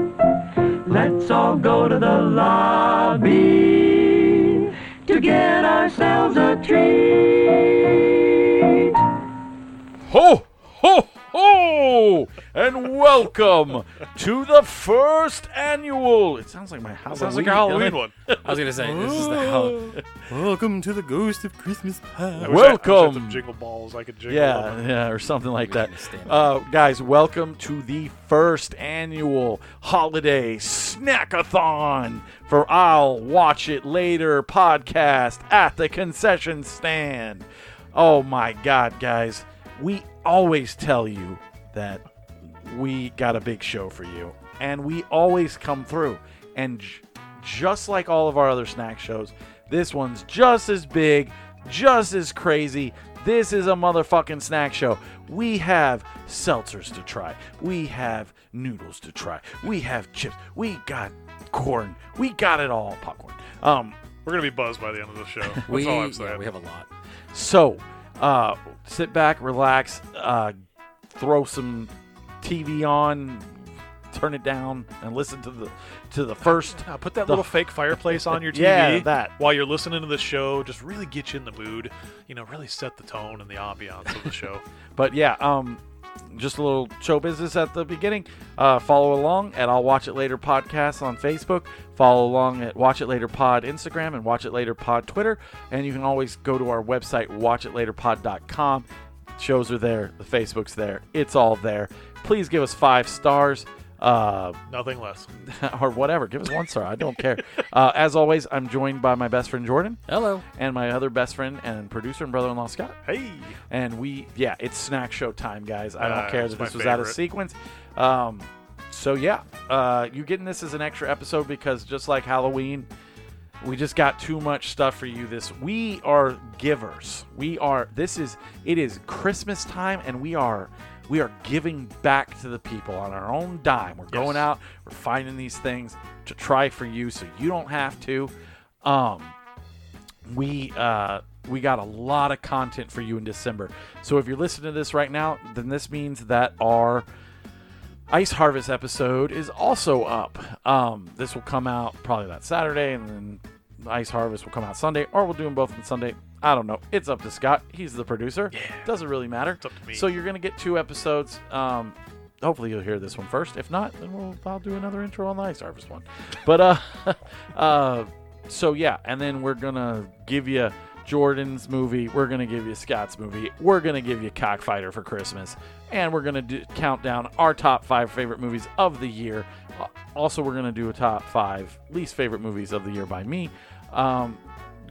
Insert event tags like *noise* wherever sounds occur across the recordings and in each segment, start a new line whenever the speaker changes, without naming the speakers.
Let's all go to the lobby to get ourselves a treat.
Ho, ho, ho! And welcome to the first annual. It sounds like my Halloween.
Sounds like a Halloween one.
I was gonna say this is the hell.
Welcome to the Ghost of Christmas Past.
I wish I- I wish I had
Welcome.
some jingle balls. I could jingle.
Yeah,
them.
yeah, or something like that.
stand
Uh, guys, welcome to the first annual holiday snackathon for I'll Watch It Later podcast at the concession stand. Oh my God, guys, we always tell you that we got a big show for you, and we always come through. And j- just like all of our other snack shows, this one's just as big, just as crazy. This is a motherfucking snack show. We have seltzers to try. We have noodles to try. We have chips. We got corn. We got it all. Popcorn. Um,
We're gonna be buzzed by the end of the show. That's
*laughs* We,
all I'm
yeah,
saying.
we have a lot.
So, uh, sit back, relax, uh, throw some TV on, turn it down, and listen to the to the first.
Now, put that
The-
*laughs*
little fake fireplace on your TV
Yeah, that.
while you're listening to the show. Just really get you in the mood. You know, really set the tone and the ambiance of the show.
*laughs*
But yeah, um, just a little show business at the beginning. Uh, follow along at I'll Watch It Later podcast on Facebook. Follow along at Watch It Later Pod Instagram and Watch It Later Pod Twitter. And you can always go to our website, watchitlaterpod.com. Shows are there, the Facebook's there, it's all there. Please give us five stars. Uh,
Nothing less.
*laughs* or whatever. Give us one star. I don't care. Uh, as always, I'm joined by my best friend Jordan
Hello.
and my other best friend and producer and brother-in-law Scott.
Hey,
And we, yeah, it's snack show time, guys. I don't
Uh,
care
it's
that
my
this was out of
favorite.
sequence. Um, so yeah, uh, you getting this as an extra episode because just like Halloween, we just got too much stuff for you. This we are givers. We are. This is it is Christmas time, and we are we are giving back to the people on our own dime. We're going out. We're finding these things to try for you, so you don't have to. Um, we uh, we got a lot of content for you in December. So if you're listening to this right now, then this means that our Ice Harvest episode is also up. Um, this will come out probably that Saturday, and then Ice Harvest will come out Sunday, or we'll do them both on Sunday. I don't know. It's up to Scott. He's the producer. Yeah. Doesn't really matter.
It's up to me.
So you're gonna get two episodes. Um, hopefully you'll hear this one first. If not, then we'll I'll do another intro on the Ice Harvest one. But uh, *laughs* uh, so yeah, and then we're gonna give you Jordan's movie. We're gonna give you Scott's movie. We're gonna give you Cockfighter for Christmas, and we're gonna do, count down our top five favorite movies of the year. Uh, Also, we're gonna do a top five least favorite movies of the year by me. Um,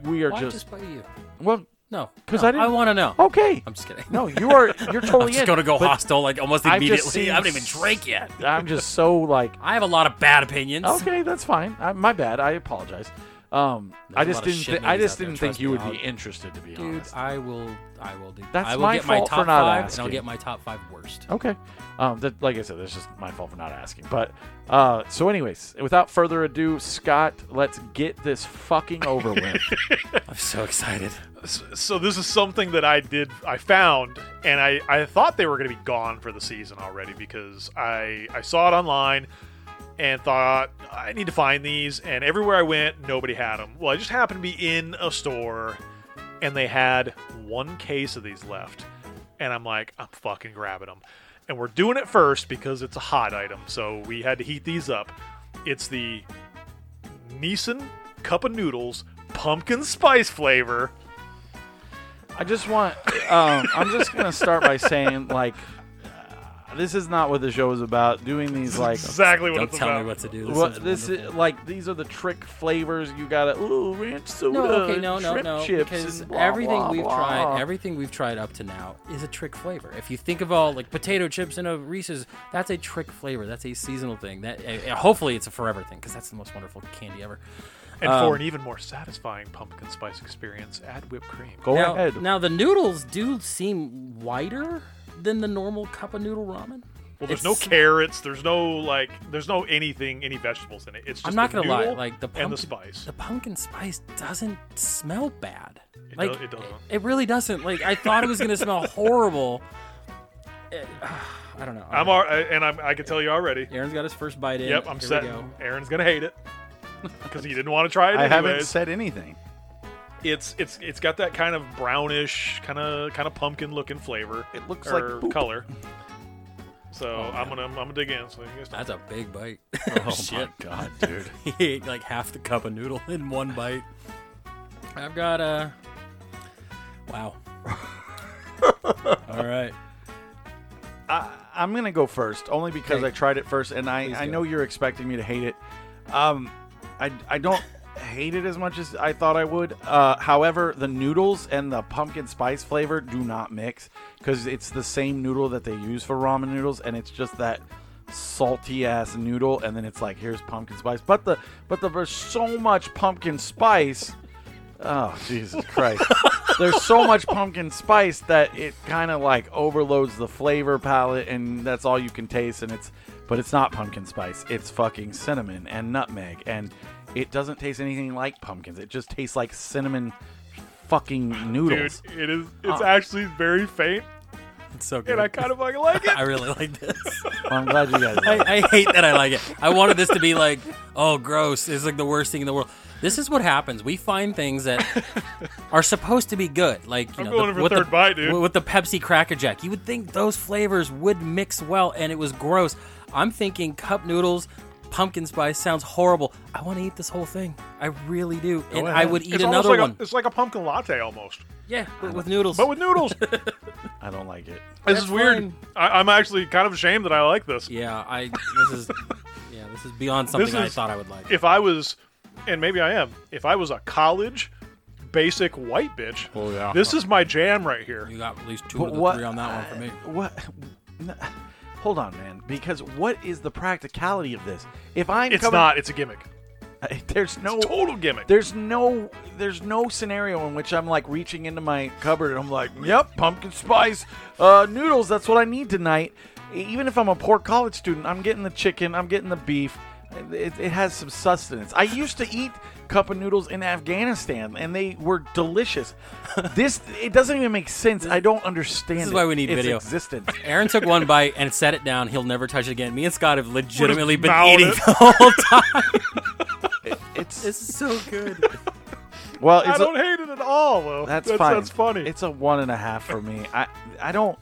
we are
Why
just,
just by you?
well,
No,
'Cause
no,
I didn't-
want to know.
okay.
I'm just kidding.
no, you are you're totally
*laughs* I'm just
in,
gonna go
but
hostile like almost
I've
immediately.
just seen
I haven't even
s-
drank yet.
I'm just so like
I have a lot of bad opinions.
Okay, that's fine. I, my bad. I apologize. Um, I
a
just
lot of
didn't.
shit
Th- I
movies
just
out there,
didn't
trust
think you
me,
would
I'll-
be interested, to be
Dude,
honest.
I will. I will do.
That's
I will
my
get my
fault
top
for not
five, and
asking.
I'll get my top five worst.
okay. Um, that, like I said, that's just my fault for not asking. But uh, so, anyways, without further ado, Scott, let's get this fucking over with.
*laughs* I'm so excited.
S- so this is something that I did, I found, and I, I thought they were going to be gone for the season already because I, I saw it online and thought I need to find these, and everywhere I went, nobody had them. Well, I just happened to be in a store, and they had one case of these left, and I'm like, I'm fucking grabbing them, and we're doing it first because it's a hot item, so we had to heat these up. It's the Nissan cup of noodles pumpkin spice flavor
I just want. Um, I'm just gonna start by saying, like, uh, this is not what the show is about. Doing these like
exactly what
Don't
it's
tell
about.
me what to do. This
Well,
is
this is
wonderful.
like these are the trick flavors you gotta ooh ranch soda
no, okay, no, no,
shrimp
no.
chips
because
and blah,
everything
blah,
we've
blah.
tried, everything we've tried up to now, is a trick flavor. If you think of all like potato chips and a Reese's, that's a trick flavor. That's a seasonal thing. That uh, uh, hopefully it's a forever thing because that's the most wonderful candy ever.
And
Um,
for an even more satisfying pumpkin spice experience, add whipped cream.
Go
now,
ahead.
now the noodles do seem wider than the normal cup of noodle ramen.
Well, there's
It's-
no carrots. There's no like. There's no anything, any vegetables in it. It's just
I'm not
the
gonna lie,
noodle
like the pumpkin,
and the spice.
the pumpkin spice doesn't smell bad. like
do- it doesn't.
It really doesn't. Like I thought it was gonna
*laughs*
smell horrible. It- *sighs* I don't know.
I'm all, and I'm, I can tell you already.
Aaron's got his first bite in.
Yep, I'm
Here
set.
We go.
Aaron's gonna
*laughs*
hate it because he didn't want to try it.
I haven't
anyways.
said anything.
It's it's it's got that kind of brownish, kind of kind of pumpkin looking flavor.
It looks like
*laughs*
or
poop.
color. So
Oh,
I'm gonna I'm gonna dig in. So you guys
That's a big bite.
Oh.
shit!
Oh god, dude.
*laughs* He ate like half the cup of noodle in one bite. I've got a.
*laughs*
Wow. all right.
I, I'm gonna go first, only because
Okay.
I tried it first, and I,
Please
I
go.
know you're expecting me to hate it. Um, I I don't hate it as much as I thought I would. Uh, however, the noodles and the pumpkin spice flavor do not mix because it's the same noodle that they use for ramen noodles, and it's just that salty ass noodle, and then it's like here's pumpkin spice, but the but the, there's so much pumpkin spice. Oh Jesus Christ! There's so much pumpkin spice that it kind of like overloads the flavor palette, and that's all you can taste. And it's, but it's not pumpkin spice. It's fucking cinnamon and nutmeg, and it doesn't taste anything like pumpkins. It just tastes like cinnamon fucking
dude,
noodles.
it is it's
Uh.
actually very faint,
It's so good.
and I kind of fucking
*laughs*
like it.
I really like this.
Well, I'm glad you
*laughs*
guys. Like it.
*laughs* I, I hate that I like it. I wanted this to be like, oh, gross. It's like the worst thing in the world. This is what happens. We find things
*laughs*
that are supposed to be good, like you know,
I'm going
the,
for
with
third
the,
bite, dude.
With the Pepsi Cracker Jack, you would think those flavors would mix well, and it was gross. I'm thinking cup noodles, pumpkin spice sounds horrible. I want to eat this whole thing. I really do, and I would eat
Oh, it's almost
another
like
one.
A, it's like a pumpkin latte almost,
yeah, but with noodles.
but
*laughs*
with noodles.
I don't like it.
this is weird.
fine.
I, I'm actually kind of ashamed that I like this.
yeah, I. This is. Yeah, this is beyond something I
is-
thought I would like.
If I was, and maybe I am, if I was a college basic white bitch,
Oh, yeah.
this is my jam right here.
you got at least two
But
of the
what?
three on that one for me.
What? n- Hold on, man. Because what is the practicality of this? If I'm
It's
coming, Oh.
not. It's a gimmick.
*laughs* There's no
Total gimmick.
There's no there's no scenario in which I'm like reaching into my cupboard and I'm like, "Yep, pumpkin spice uh, noodles, that's what I need tonight." E- Even if I'm a poor college student, I'm getting the chicken, I'm getting the beef. It, it has some sustenance. I used to eat cup of noodles in Afghanistan, and they were delicious. This it doesn't even make sense. I don't understand.
This is
it.
why we need
its
video.
Existence.
Aaron took one bite and set it down. He'll never touch it again. Me and Scott have legitimately been
mouth *laughs*
eating
it.
the whole time.
It's
this is so good.
well. It's
I
a-
don't hate it at all, though.
That's,
that's,
fine.
that's funny.
It's a one and a half for me. I I don't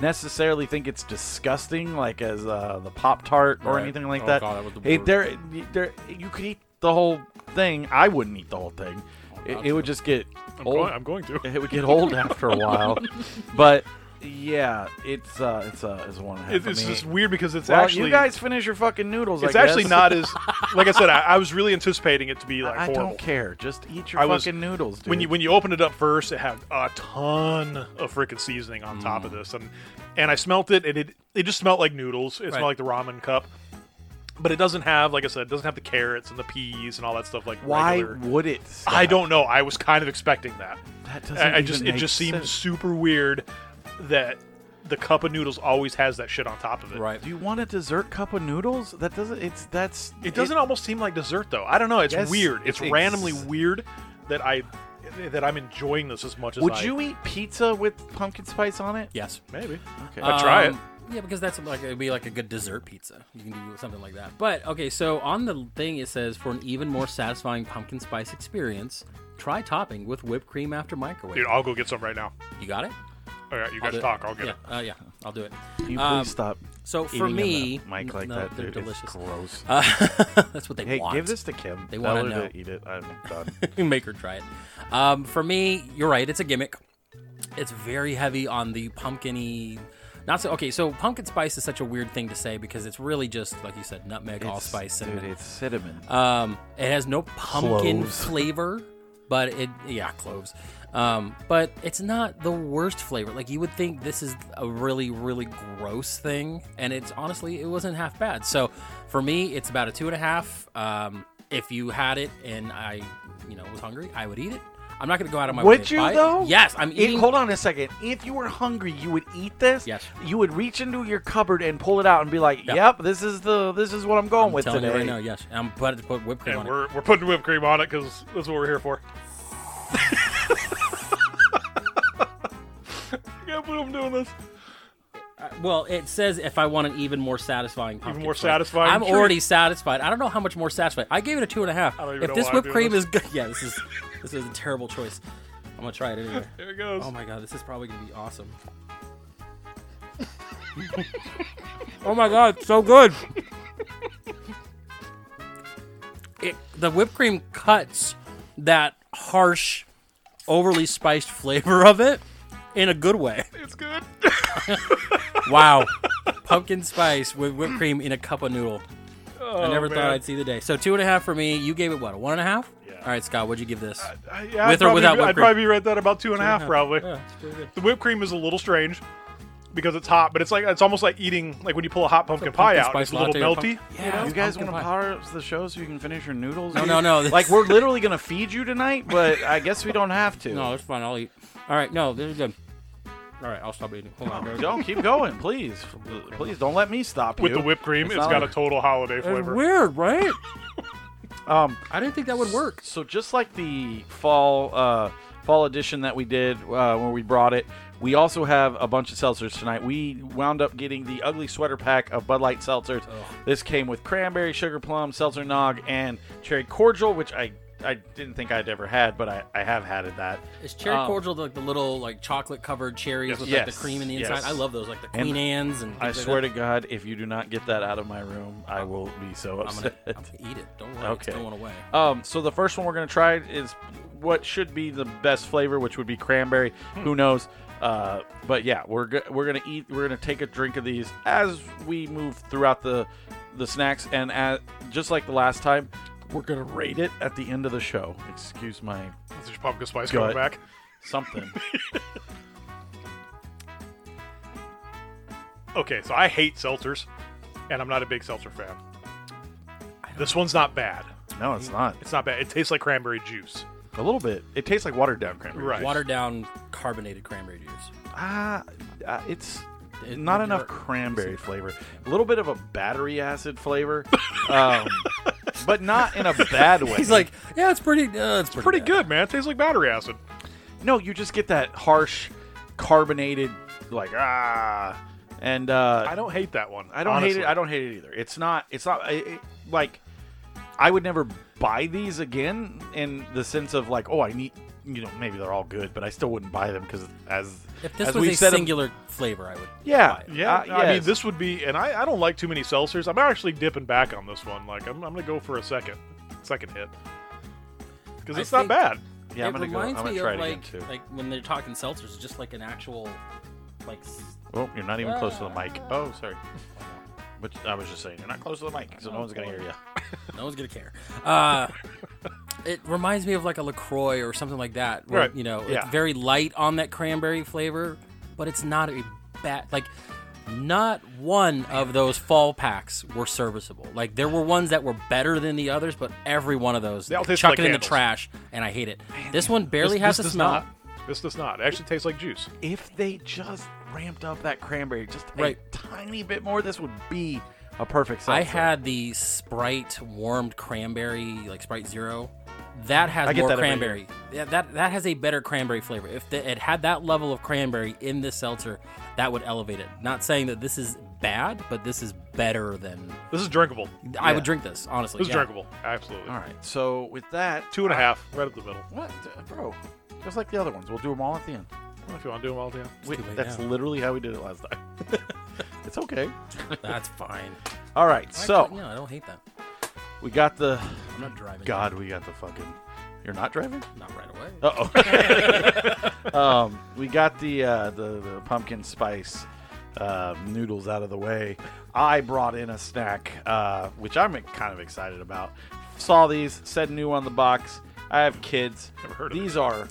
necessarily think it's disgusting, like as uh, the Pop Tart or
Right.
anything like
Oh,
that.
God, that was the
Hey,
word.
there, there, you could eat the whole thing. I wouldn't eat the whole thing. It, it would just get
I'm,
old.
going, I'm going to.
*laughs* It would get old after a
*laughs*
while. But yeah, it's uh, it's uh, it's a one and a half.
It-
for
it's
me.
just weird because it's
Well,
actually
you guys finish your fucking noodles. I
it's actually
guess. *laughs*
not as like I said. I, I was really anticipating it to be like
I
horrible.
don't care. Just eat your
I
fucking
was-
noodles, dude.
When you when you opened it up first, it had a ton of freaking seasoning on top of
Mm.
this, and and I smelt it, and it it just smelled like noodles. It smelled
Right.
like the ramen cup, but it doesn't have like I said, it doesn't have the carrots and the peas and all that stuff like
why
regular-
would it?
I don't know. I was kind of expecting that.
That doesn't
I, I
even
just it
make
just seemed
sense.
super weird that the cup of noodles always has that shit on top of it.
Right.
Do you want a dessert cup of noodles? That doesn't. It's that's.
It doesn't almost seem like dessert though. I don't know. It's
Yes,
weird. It's,
it's-
randomly weird that I that I'm enjoying this as much as
would
I-
you eat pizza with pumpkin spice on it?
Yes.
Maybe.
Okay.
I'd try it.
Um, Yeah, because that's like it'd be like a good dessert pizza. You can do something like that. But okay, so on the thing it says for an even more satisfying pumpkin spice experience, try topping with whipped cream after microwave.
Dude, I'll go get some right now.
you got it?
All right, you
I'll
guys
do it.
talk. I'll get
yeah,
it.
Uh, yeah, I'll do it.
Can you please
um,
stop.
So for
eating in the
me,
mic like
no,
that,
they're
dude.
delicious.
It's gross.
Uh, *laughs* that's what they
hey,
want.
give this to Kim.
They
Tell
wanna
her
know.
to eat it.
*laughs*
I'm done.
make her try it. Um, for me, you're right. It's a gimmick. It's very heavy on the pumpkiny Not so okay. So pumpkin spice is such a weird thing to say because it's really just like you said, nutmeg, allspice,
dude,
cinnamon.
it's cinnamon.
Um, it has no pumpkin
Cloves. *laughs*
flavor, but it yeah cloves. Um, but it's not the worst flavor. Like you would think this is a really really gross thing, and it's honestly it wasn't half bad. So for me, it's about a two and a half. Um, if you had it and I you know was hungry, I would eat it. I'm not gonna go out of my way.
Would
to
you
buy it.
though?
Yes, I'm
If-
eating.
hold on a second. If you were hungry, you would eat this.
Yes.
You would reach into your cupboard and pull it out and be like,
Yeah.
"Yep, this is the this is what I'm going
I'm
with
telling
today."
you right now, yes. And I'm about to put whipped cream on
and
it.
we're, we're putting whipped cream on it because that's what we're here for. *laughs* I can't believe I'm doing this.
Well, it says if I want an even more satisfying pumpkin.
more
flavor.
satisfying
I'm
treat.
already satisfied. I don't know how much more satisfied. I gave it a two and a half.
I don't even
if
know
this
why I'm
whipped
doing
cream
this.
is good, yeah, this is this is a terrible choice. I'm gonna try it
*laughs*
anyway.
Here it goes.
Oh my god, this is probably gonna be awesome. *laughs* oh my god, it's so good. It, the whipped cream cuts that harsh, overly spiced flavor of it in a good way.
It's good.
Wow. Pumpkin spice with
*clears throat*
whipped cream in a cup of noodle.
Oh,
I never
Oh, man.
thought I'd see the day. So two and a half for me. You gave it what? A one and a half?
Yeah.
All right, Scott, what'd you give this?
Uh,
I- yeah,
With
I'd
or
probably-
without whipped
I'd
cream?
probably read that about two and a half, probably.
Yeah, it's pretty good.
The whipped cream is a little strange because it's hot, but it's like it's almost like eating like when you pull a hot pumpkin, pie
pumpkin
out.
spice
It's a little
latte or
melty.
Yeah,
You guys want
pumpkin
to
pie.
power up the show so you can finish your noodles?
No, no, no.
Like we're literally gonna feed you tonight, but I guess we don't have to.
No, it's fine. I'll eat. All right, no, this is good. All right, I'll stop eating. Hold on. guys.
Don't keep going, please. Please don't let me stop you.
With the whipped cream,
It's
it's
not
got a
like-
total holiday
It's
flavor.
weird, right?
*laughs* Um,
I didn't think that would work.
So just like the fall uh, fall edition that we did uh, when we brought it, we also have a bunch of seltzers tonight. We wound up getting the ugly sweater pack of Bud Light seltzers. This came with cranberry, sugar plum, seltzer nog, and cherry cordial, which I I didn't think I'd ever had, but I, I have had it that.
Is cherry
Um,
cordial like the little like chocolate covered cherries with like
Yes,
the cream in the
yes.
inside? I love those, like the
And
Queen Anne's and.
I
things like
swear
that.
to God, if you do not get that out of my room, I will be so
I'm gonna,
upset.
I'm gonna eat it. Don't worry,
Okay.
it's going away.
*laughs* Um, so the first one we're gonna try is what should be the best flavor, which would be cranberry. Who knows? Uh, but yeah, we're go- we're gonna eat. We're gonna take a drink of these as we move throughout the the snacks, and at, just like the last time, we're gonna rate it at the end of the show. Excuse my
It's just pumpkin spice
Gut.
coming back.
something.
Okay, so I hate seltzers, and I'm not a big seltzer fan. This one's not bad.
*laughs* no, it's not.
It's not bad. It tastes like cranberry juice.
A little bit. It tastes like watered down cranberry.
Right.
Watered down carbonated cranberry juice.
Ah, uh, it's
It-
not
it-
enough
it-
cranberry flavor. A little bit of a battery acid flavor,
*laughs*
um, but not in a bad way.
He's like, yeah, it's pretty. Uh, it's,
Pretty
bad."
good, man. It tastes like battery acid.
no, you just get that harsh, carbonated, like ah, and uh,
I don't hate that one.
I don't hate
honestly.
it. I don't hate it either. It's not. It's not I it, like I would never buy these again in the sense of like, oh, I need. You know, maybe they're all good, but I still wouldn't buy them because as
If this
as
was
we've
a
said 'em-
singular flavor, I would.
yeah,
buy it.
Yeah,
uh,
I mean
yes.
this would be, and I, I don't like too many seltzers. I'm actually dipping back on this one. Like I'm, I'm gonna go for a second, second hit, because
I
it's not
think-
bad.
yeah, I'm
it
gonna go. I'm
reminds
gonna
me
try
of
it again
like,
too.
like when they're talking seltzers, just like an actual, like. s-
Oh, you're not even close to the mic. Oh, sorry. But I was just saying, you're not close to the mic, so no one's gonna hear you.
No one's gonna care. Uh, it reminds me of like a Lacroix or something like that. Where,
Right,
You know,
yeah.
it's very light on that cranberry flavor, but it's not a bad like. Not one of those fall packs were serviceable. Like there were ones that were better than the others, but every one of those
They all taste
chuck
like
it in the
candles.
trash, and I hate it. this one barely
this,
has
this
a
does
smell.
Not, this does not. It actually tastes like juice.
If they just ramped up that cranberry just a
Right.
tiny bit more, this would be a perfect seltzer.
I had the Sprite warmed cranberry, like Sprite Zero. That has
I get
more
that every
cranberry. Yeah, that that has a better cranberry flavor. If the, it had that level of cranberry in this seltzer, that would elevate it. Not saying that this is bad, but this is better than
This is drinkable.
I would drink this. Honestly,
This is
yeah.
drinkable. Absolutely.
All right, so with that,
Two and a half, right up the middle.
what, bro? Just like the other ones, we'll do them all at the end.
Well, if you want to do them all down.
Wait,
too late
that's
now.
literally how we did it last time. *laughs* it's okay.
That's
*laughs*
fine.
All right,
Actually,
so
no, I don't hate that.
we got the.
I'm not driving.
God, we got the fucking. You're not driving.
not right away.
*laughs* Uh oh. um, we got the, uh, the the pumpkin spice uh, noodles out of the way, I brought in a snack, uh, which I'm kind of excited about. Saw these, said new on the box. I have kids.
Never heard of
these are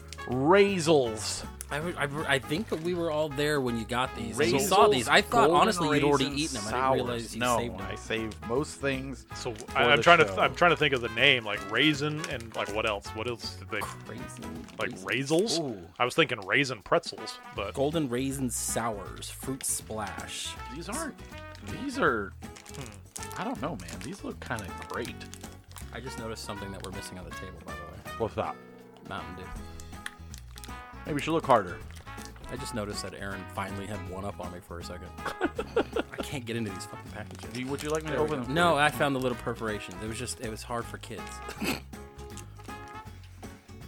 raisels.
I, w- I w- I think that we were all there when you got these. We
Raisels,
saw these. I thought
golden
honestly you'd already eaten
raisins,
them. I
sours.
didn't realize you
no,
saved them.
I saved most things.
So
for
I, I'm
the
trying to
show.
I'm trying to think of the name like raisin and like what else? What else did they
Raisin,
like
raisins.
raisels?
Ooh.
I was thinking raisin pretzels, but
Golden raisin sours, fruit splash.
These aren't. These are. hmm, I don't know, man. These look kind of great.
I just noticed something that we're missing on the table, by the way.
What's that?
Mountain Dew.
Maybe we should look harder.
I just noticed that Aaron finally had one up on me for a *laughs* second. I can't get into these fucking packages.
Do you- Would you like me to open them? for
No,
you?
I found the little perforation. It was just it was hard for kids.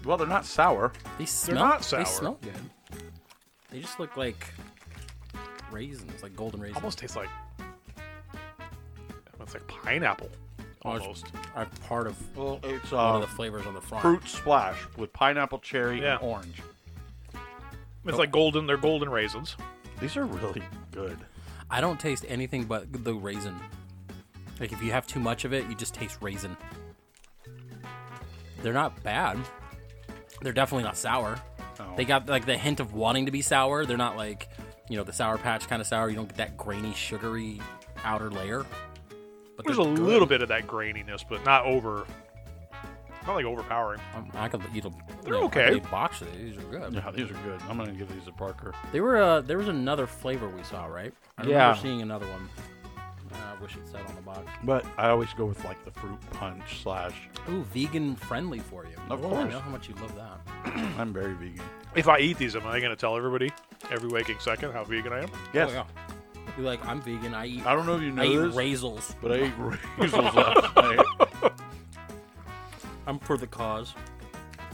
Well, they're not sour.
They smell.
not
They
sour.
smell good. They just look like raisins, like golden raisins.
almost tastes like it's like pineapple almost. Um,
are part of
Well, it's
one of
uh,
the flavors on the front.
fruit splash with pineapple, cherry,
Yeah.
and orange.
Oh.
It's like golden. They're golden raisins.
These are really good.
I don't taste anything but the raisin. Like if you have too much of it, you just taste raisin. They're not bad. They're definitely not sour.
No.
They got like the hint of wanting to be sour. They're not like, you know, the sour patch kind of sour. You don't get that grainy, sugary outer layer. But
There's a
they're good.
little bit of that graininess, but not over. Not like overpowering.
Um, I could eat them.
They're
you know, I could
okay.
eat a box of these. These are good.
Yeah, these are good. I'm gonna give these to Parker.
They were. Uh, there was another flavor we saw, right? I
Yeah.
remember seeing another one. Uh, I wish it said on the box.
But I always go with like the fruit punch slash.
Ooh, vegan friendly for you.
Of
I
course.
know how much you love that.
*clears throat* I'm very vegan.
If I eat these, am I going to tell everybody every waking second how vegan I am?
Yes.
Oh, yeah. You're like, I'm vegan. I eat.
I don't know if you know
I eat
this,
raisels.
but I ate raisins last night.
I'm for the cause.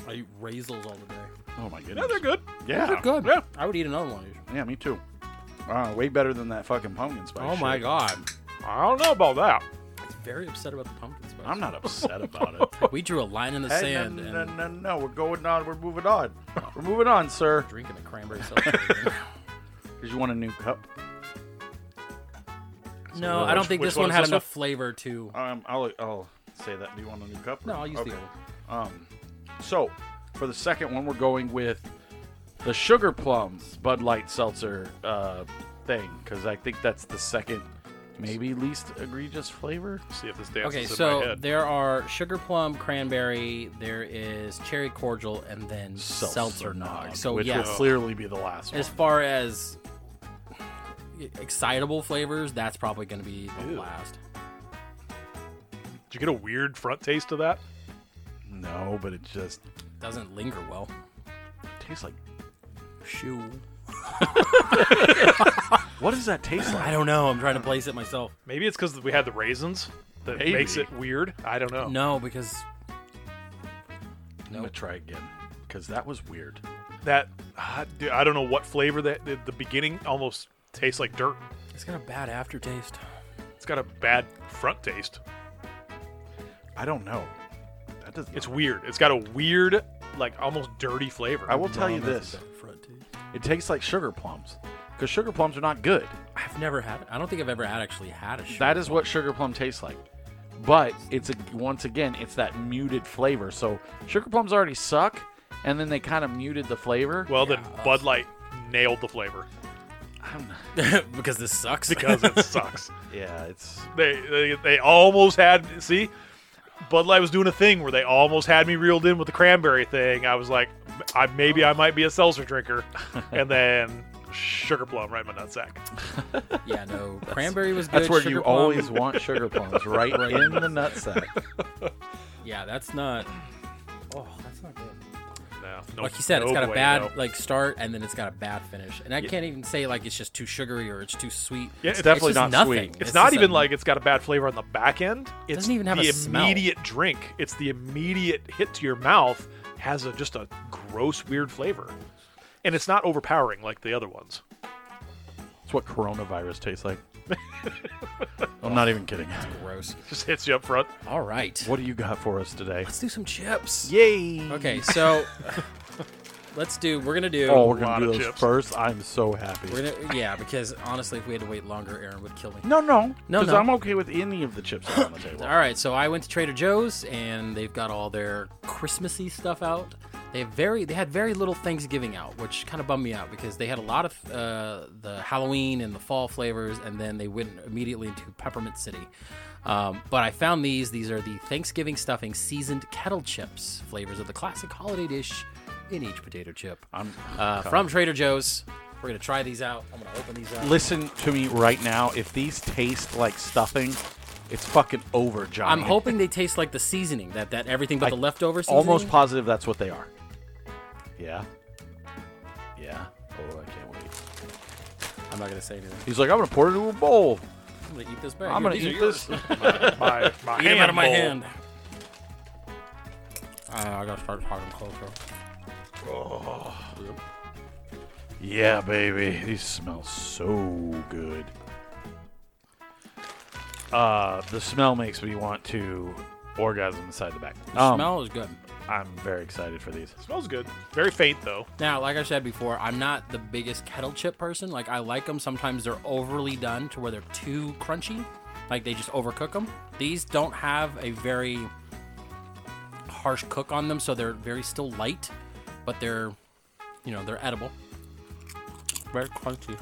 I eat raisels all the day.
Oh my goodness.
Yeah, they're good.
Yeah.
Good.
Yeah.
I would eat another one.
Yeah, me too. Uh, way better than that fucking pumpkin spice.
Oh my
shit.
god.
I don't know about that.
Very upset about the pumpkin spice.
I'm not upset about it.
We drew a line in the
Hey,
sand
no,
and
no, no, no, we're going on. We're moving on. We're moving on, sir.
drinking a cranberry seltzer.
Did you want a new cup?
no, I don't think
which
this
one
one
is
had
this
enough flavor to.
Um, I'll, I'll say that. Do you want a new cup?
No, I'll use
Okay.
the old.
So, for the second one, we're going with the Sugar Plums Bud Light Seltzer uh, thing because I think that's the second, maybe least egregious flavor.
See if this dances
Okay,
in my
so
head.
there are sugar plum cranberry, there is cherry cordial, and then seltzer, nog. So
which
yes,
will clearly be the last
as
one.
far as excitable flavors, that's probably going to be the last.
Did you get a weird front taste of that?
No, but it just
Doesn't linger well.
tastes like.
Shoo.
What does that taste like?
*coughs* I don't know. I'm trying to place it myself.
Maybe it's because we had the raisins that
Maybe.
makes it weird. I don't know.
No, because
I'm gonna try again because that was weird.
That ah, dude, I don't know what flavor that the, the beginning almost tastes like dirt.
it's got a bad aftertaste.
It's got a bad front taste.
I don't know. That does.
It's weird. It's got a weird, like almost dirty flavor.
I will tell you this:
Front taste.
it tastes like sugar plums because sugar plums are not good.
I've never had it. I don't think I've ever had actually had a sugar.
That is what sugar plum tastes like. But it's a, once again, it's that muted flavor. So sugar plums already suck, and then they kind of muted the flavor.
Well, then Bud Light nailed the flavor
*laughs* because this sucks.
because it sucks.
yeah, it's
They, they they almost had see, Bud Light was doing a thing where they almost had me reeled in with the cranberry thing. I was like, I maybe I might be a
*laughs*
seltzer drinker, and then sugar plum right in my nutsack.
*laughs* yeah, no. Cranberry was good.
that's where
sugar
you
plum-
always want sugar plums, right in the nutsack.
Yeah, that's not. Oh, that's not good.
No, no,
Like you said, it's
no
got a
way,
bad
no.
like start and then it's got a bad finish. And I can't even say like it's just too sugary or it's too sweet.
Yeah, it's
definitely not
just nothing.
sweet.
It's,
just
not
a-
even like it's got a bad flavor on the back end. It
doesn't even have
the
a smell.
immediate drink. It's the immediate hit to your mouth has a, just a gross, weird flavor, and it's not overpowering like the other ones. *laughs*
That's what coronavirus tastes like. I'm not even kidding.
gross.
Just hits you up
*laughs*
front.
All right,
What do you got for us today?
let's do some chips.
Yay!
Okay, so *laughs* Let's do. We're gonna do.
Oh, we're
lot
gonna do
of
those
chips.
first. I'm so happy.
We're gonna, yeah, because honestly, if we had to wait longer, Aaron would kill me.
No, no,
No,
because
no.
I'm okay with any of the chips that are on the table.
All right, so I went to Trader Joe's and they've got all their Christmassy stuff out. They have very they had very little Thanksgiving out, which kind of bummed me out because they had a lot of uh, the Halloween and the fall flavors, and then they went immediately into Peppermint City. Um, but I found these. These are the Thanksgiving stuffing seasoned kettle chips flavors of the classic holiday dish in each potato chip
I'm-
uh, from Trader Joe's. We're gonna try these out. I'm gonna open these up.
Listen to me right now. If these taste like stuffing, it's fucking over, Johnny.
I'm hoping they taste like the seasoning that that everything but
I-
the leftover seasoning.
Almost positive that's what they are. Yeah. Yeah. Oh, I can't wait.
I'm not gonna say anything.
He's like, I'm gonna pour it into a bowl.
I'm gonna eat this bag.
I'm gonna
These are
eat
yours.
this. *laughs*
My, my
Eat 'em out of my
bowl.
hand. Ah, I gotta start talking closer.
yeah, baby. These smell so good. Uh, the smell makes me want to orgasm inside the back. Um,
Smell is good.
I'm very excited for these.
Smells good. Very faint though.
Now, like I said before, I'm not the biggest kettle chip person. Like I like them. Sometimes they're overly done to where they're too crunchy. Like they just overcook them. These don't have a very harsh cook on them, so they're very still light, but they're, you know, they're edible. Very crunchy.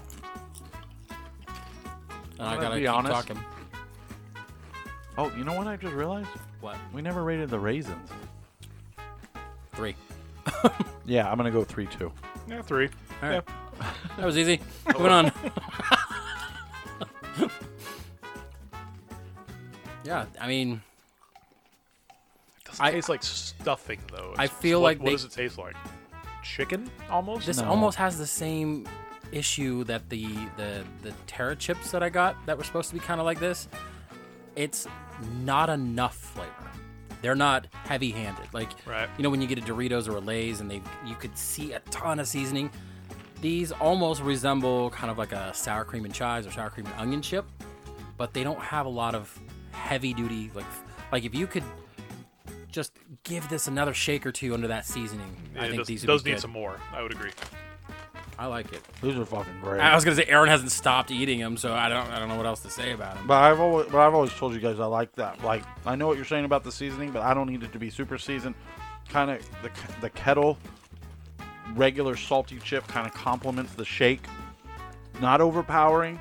And I
gonna
gotta
be
keep
honest.
talking.
Oh, you know what I just realized?
What?
We never rated the raisins.
Three.
Yeah, I'm gonna go three two.
Yeah, three.
All right. That was easy. Moving
*laughs*
on. *laughs* yeah, I mean,
Doesn't
I-
taste like stuffing though.
I
It's-
feel
what,
like
what
they-
does it taste like? Chicken almost.
this
No.
almost has the same issue that the the the Terra chips that I got that were supposed to be kind of like this. It's not enough flavor. They're not heavy-handed. Like
Right.
you know when you get a Doritos or a Lay's and they you could see a ton of seasoning. These almost resemble kind of like a sour cream and chives or sour cream and onion chip, but they don't have a lot of heavy duty like like if you could just give this another shake or two under that seasoning.
Yeah,
I
it
think
does,
these would be
does need
good.
some more. I would agree.
I like it.
These are fucking great.
I was gonna say Aaron hasn't stopped eating them, so I don't I don't know what else to say about him.
But I've always, but I've always told you guys I like that. Like I know what you're saying about the seasoning, but I don't need it to be super seasoned. Kind of the the kettle, regular salty chip kind of complements the shake. Not overpowering.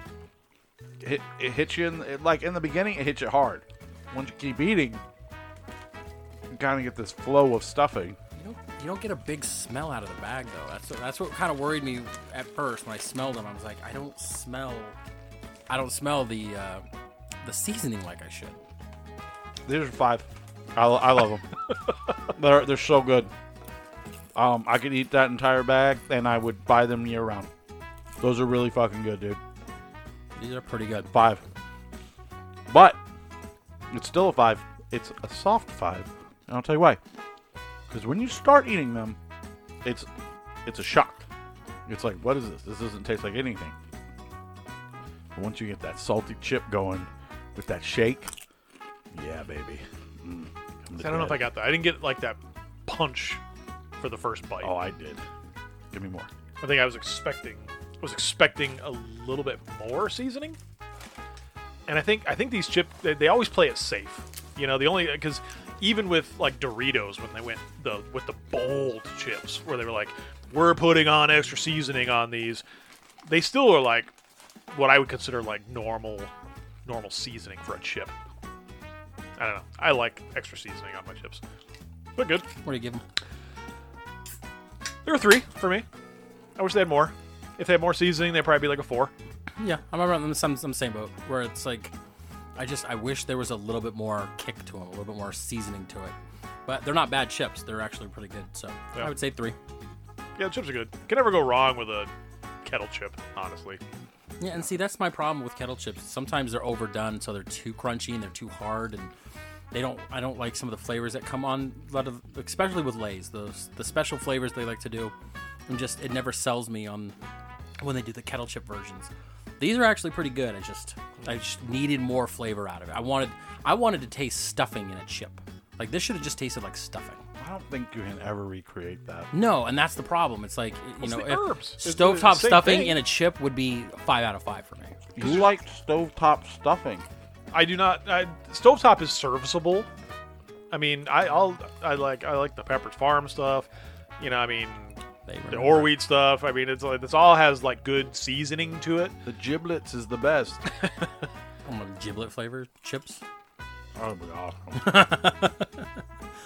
It, it hits you in it, like in the beginning. It hits you hard. Once you keep eating, you kind of get this flow of stuffing.
You don't, you don't get a big smell out of the bag though. That's that's what kind of worried me at first when I smelled them. I was like, I don't smell, I don't smell the uh, the seasoning like I should.
These are five. I, I love them. they're they're so good. Um, I could eat that entire bag, and I would buy them year round. Those are really fucking good, dude.
These are pretty good.
Five. But it's still a five. It's a soft five, and I'll tell you why. Because when you start eating them, it's it's a shock. It's like, what is this? This doesn't taste like anything. But once you get that salty chip going with that shake, yeah, baby. Mm. Come to
I don't know if I
bed.
got that. I didn't get like that punch for the first bite.
Oh, I did. Give me more.
I think I was expecting was expecting a little bit more seasoning. And I think I think these chip they, they always play it safe. You know, the only because even with like Doritos when they went the with the bold chips where they were like we're putting on extra seasoning on these, they still are like what I would consider like normal normal seasoning for a chip. I don't know. I like extra seasoning on my chips. But good.
What do you give them?
There were three for me. I wish they had more. If they had more seasoning, they'd probably be like a four.
Yeah, I'm around in some some same boat where it's like, I just I wish there was a little bit more kick to them, a little bit more seasoning to it. But they're not bad chips. They're actually pretty good. So
Yeah.
I would say three.
Yeah, chips are good. Can never go wrong with a kettle chip, honestly.
Yeah, and see, that's my problem with kettle chips. Sometimes they're overdone, so they're too crunchy and they're too hard, and they don't. I don't like some of the flavors that come on. A lot of, especially with Lay's, those the special flavors they like to do, and just it never sells me on when they do the kettle chip versions. These are actually pretty good. I just, I just needed more flavor out of it. I wanted, I wanted to taste stuffing in a chip. Like this should have just tasted like stuffing.
I don't think you can ever recreate that.
No, and that's the problem. It's like you
It's
know,
the
if
herbs. It's the
stovetop
same
stuffing
thing.
in a chip would be five out of five for me.
You like stovetop stuffing.
I do not. I, Stovetop is serviceable. I mean, I, I'll I like I like the Pepperidge Farm stuff. You know, I mean
They
the
remember.
Orweed stuff. I mean, it's like this all has like good seasoning to it.
The giblets is the best. *laughs*
I'm gonna giblet flavor chips. *laughs*
that would be awesome.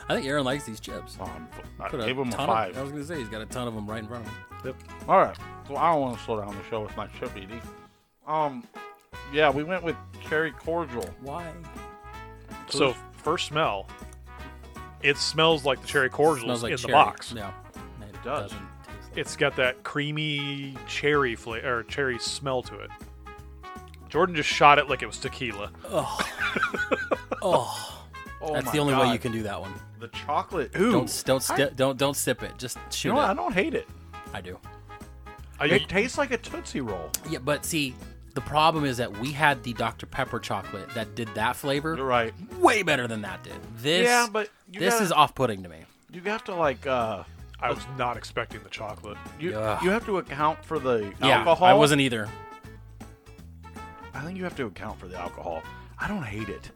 I think Aaron likes these chips.
Um,
Put
I gave him a
ton of-
five.
I was gonna say he's got a ton of them right in front of him.
All right. So I don't want to slow down the show with my chip eating. Um, yeah, we went with cherry cordial.
Why?
So first smell, it smells like the cherry cordials
smells like
in
cherry.
the box.
No, it
does.
doesn't taste like
It's got that creamy cherry flavor or cherry smell to it. Jordan just shot it like it was tequila.
Oh,
Oh
that's
my
the only way
God.
you can do that one.
The chocolate. Ooh.
Don't don't sti- don't don't sip it. Just shoot
you know what? I
it.
don't hate it.
I do.
I,
It tastes like a Tootsie Roll.
Yeah, but see, the problem is that we had the Dr Pepper chocolate that did that flavor
You're right.
way better than that did. This
Yeah, but you
this
gotta-
is off-putting to me.
You have to like uh
I was not expecting the chocolate.
you
Ugh.
you have to account for the
yeah,
alcohol.
I wasn't e- either.
I think you have to account for the alcohol. I don't hate it.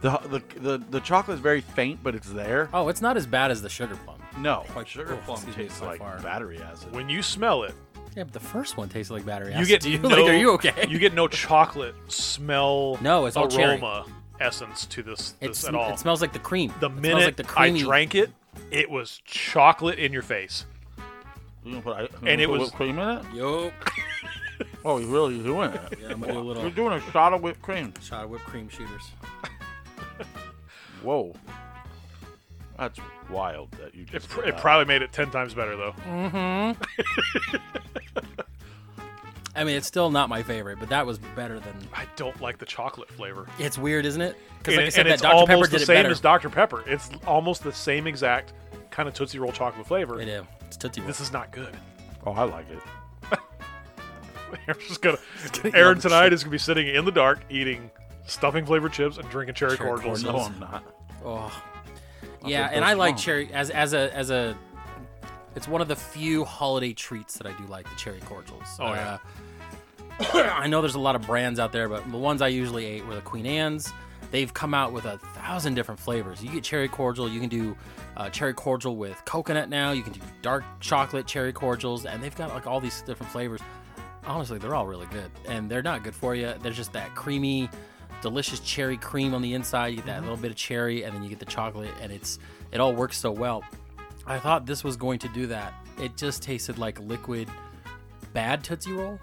The the the, the chocolate is very faint, but it's there.
Oh, it's not as bad as the sugar plum.
No,
Like,
sugar
oh,
plum
excuse me,
tastes
by
like
far.
battery acid.
When you smell it,
Yeah, but the first one tasted like battery
you
acid.
get
to you. *laughs*
no,
like, are you okay?
You get no chocolate smell.
No, it's all cherry.
aroma essence to this,
It's-
this at all.
It smells like the cream.
the
It smells
minute
like the creamy,
I drank it, it was chocolate in your face.
You gonna put, you gonna
And it
put
was-
whipped cream in it.
*laughs*
Yo,
Oh, you're really doing *laughs* it.
I'm gonna do a
You're
little
doing a shot of whipped cream.
shot of whipped cream shooters.
Whoa, that's wild that you
It,
just.
pr-
did
it
Uh.
that.
probably made it ten times better though.
I mean, it's still not my favorite, but that was better than.
I don't like the chocolate flavor.
It's weird, isn't it? Because
And,
like I said,
and
that
it's
Dr
almost
Pepper
the
did it
same
better.
as Dr Pepper. It's almost the same exact kind of Tootsie Roll chocolate flavor.
It is. It's tootsie roll.
This is not good. *laughs*
oh, I like it.
Aaron's just gonna. Aaron tonight is gonna be sitting in the dark eating stuffing flavored chips and drinking cherry,
Cherry
cordials.
No, I'm not.
Oh, yeah,
think
and
that's
I like
wrong.
cherry as as a as a. It's one of the few holiday treats that I do like the cherry cordials.
Oh, yeah.
Uh, *clears throat* I know there's a lot of brands out there, but the ones I usually ate were the Queen Anne's. They've come out with a thousand different flavors. You get cherry cordial. You can do uh, cherry cordial with coconut now. You can do dark chocolate cherry cordials, and they've got like all these different flavors. Honestly, they're all really good, and they're not good for you. They're just that creamy, delicious cherry cream on the inside. You get that
Mm-hmm.
little bit of cherry, and then you get the chocolate, and it's it all works so well. I thought this was going to do that. It just tasted like liquid bad Tootsie Roll,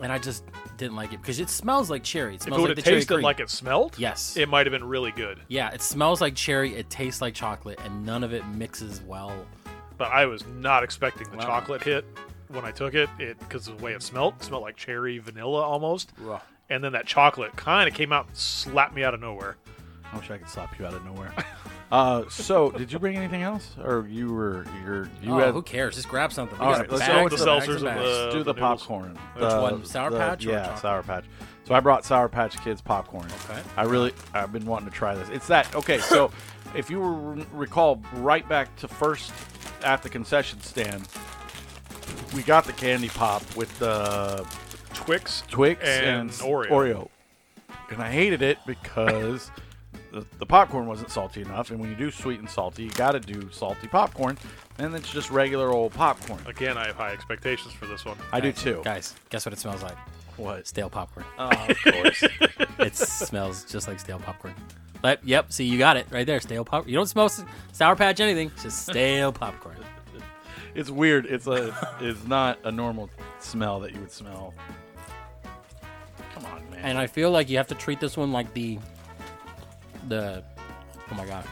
and I just didn't like it because it smells like cherry. It
If it
smells
would
like
have
the cherry
tasted
cream.
like it smelled,
Yes.
it might have been really good.
yeah, it smells like cherry. It tastes like chocolate, and none of it mixes well.
But I was not expecting the
Wow.
chocolate hit when I took it. It because of the way it smelled, it smelled like cherry vanilla almost. And then that chocolate kind of came out and slapped me out of nowhere.
I wish I could slap you out of *laughs* nowhere. uh, so did you bring anything else, or you were you're you
oh,
had
who cares? Just grab something. We
All
got
right,
a
let's
bag
go
of
with the
bags of
seltzers and
bags.
the-
Let's do the,
the noodles.
popcorn.
Which one? Sour Patch or
yeah,
chocolate?
Sour Patch. So I brought Sour Patch Kids popcorn.
Okay.
I really, I've been wanting to try this. It's that. Okay,
*laughs*
so if you re- recall, right back to first at the concession stand, we got the candy pop with the
Twix,
Twix
and,
and,
Oreo.
And I hated it because *laughs* the, the popcorn wasn't salty enough. And when you do sweet and salty, you got to do salty popcorn. And it's just regular old popcorn.
Again, I have high expectations for this one.
I do too.
Guys, guess what it smells like?
What?
Stale popcorn.
Uh.
Oh, of course.
*laughs* it smells just like stale popcorn. But yep, see, you got it right there. Stale popcorn. You don't smell s- sour patch anything. it's Just stale popcorn.
*laughs* it's weird. It's a. It's not a normal smell that you would smell. Come on, man.
And I feel like you have to treat this one like the, the, oh my god,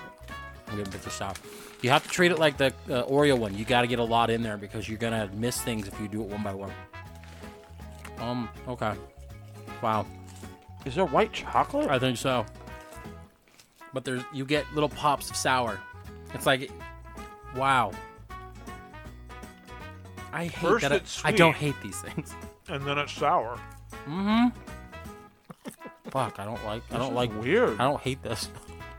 I'm getting bits of sour. You have to treat it like the uh, Oreo one. You got to get a lot in there because you're gonna miss things if you do it one by one. Um. Okay. Wow.
Is there white chocolate?
I think so. But there's you get little pops of sour. It's like, wow. I hate
First
that. I,
it's
I don't
sweet.
hate these things. *laughs*
And then it's sour.
Fuck, I don't like. I don't like.
weird.
I don't hate this.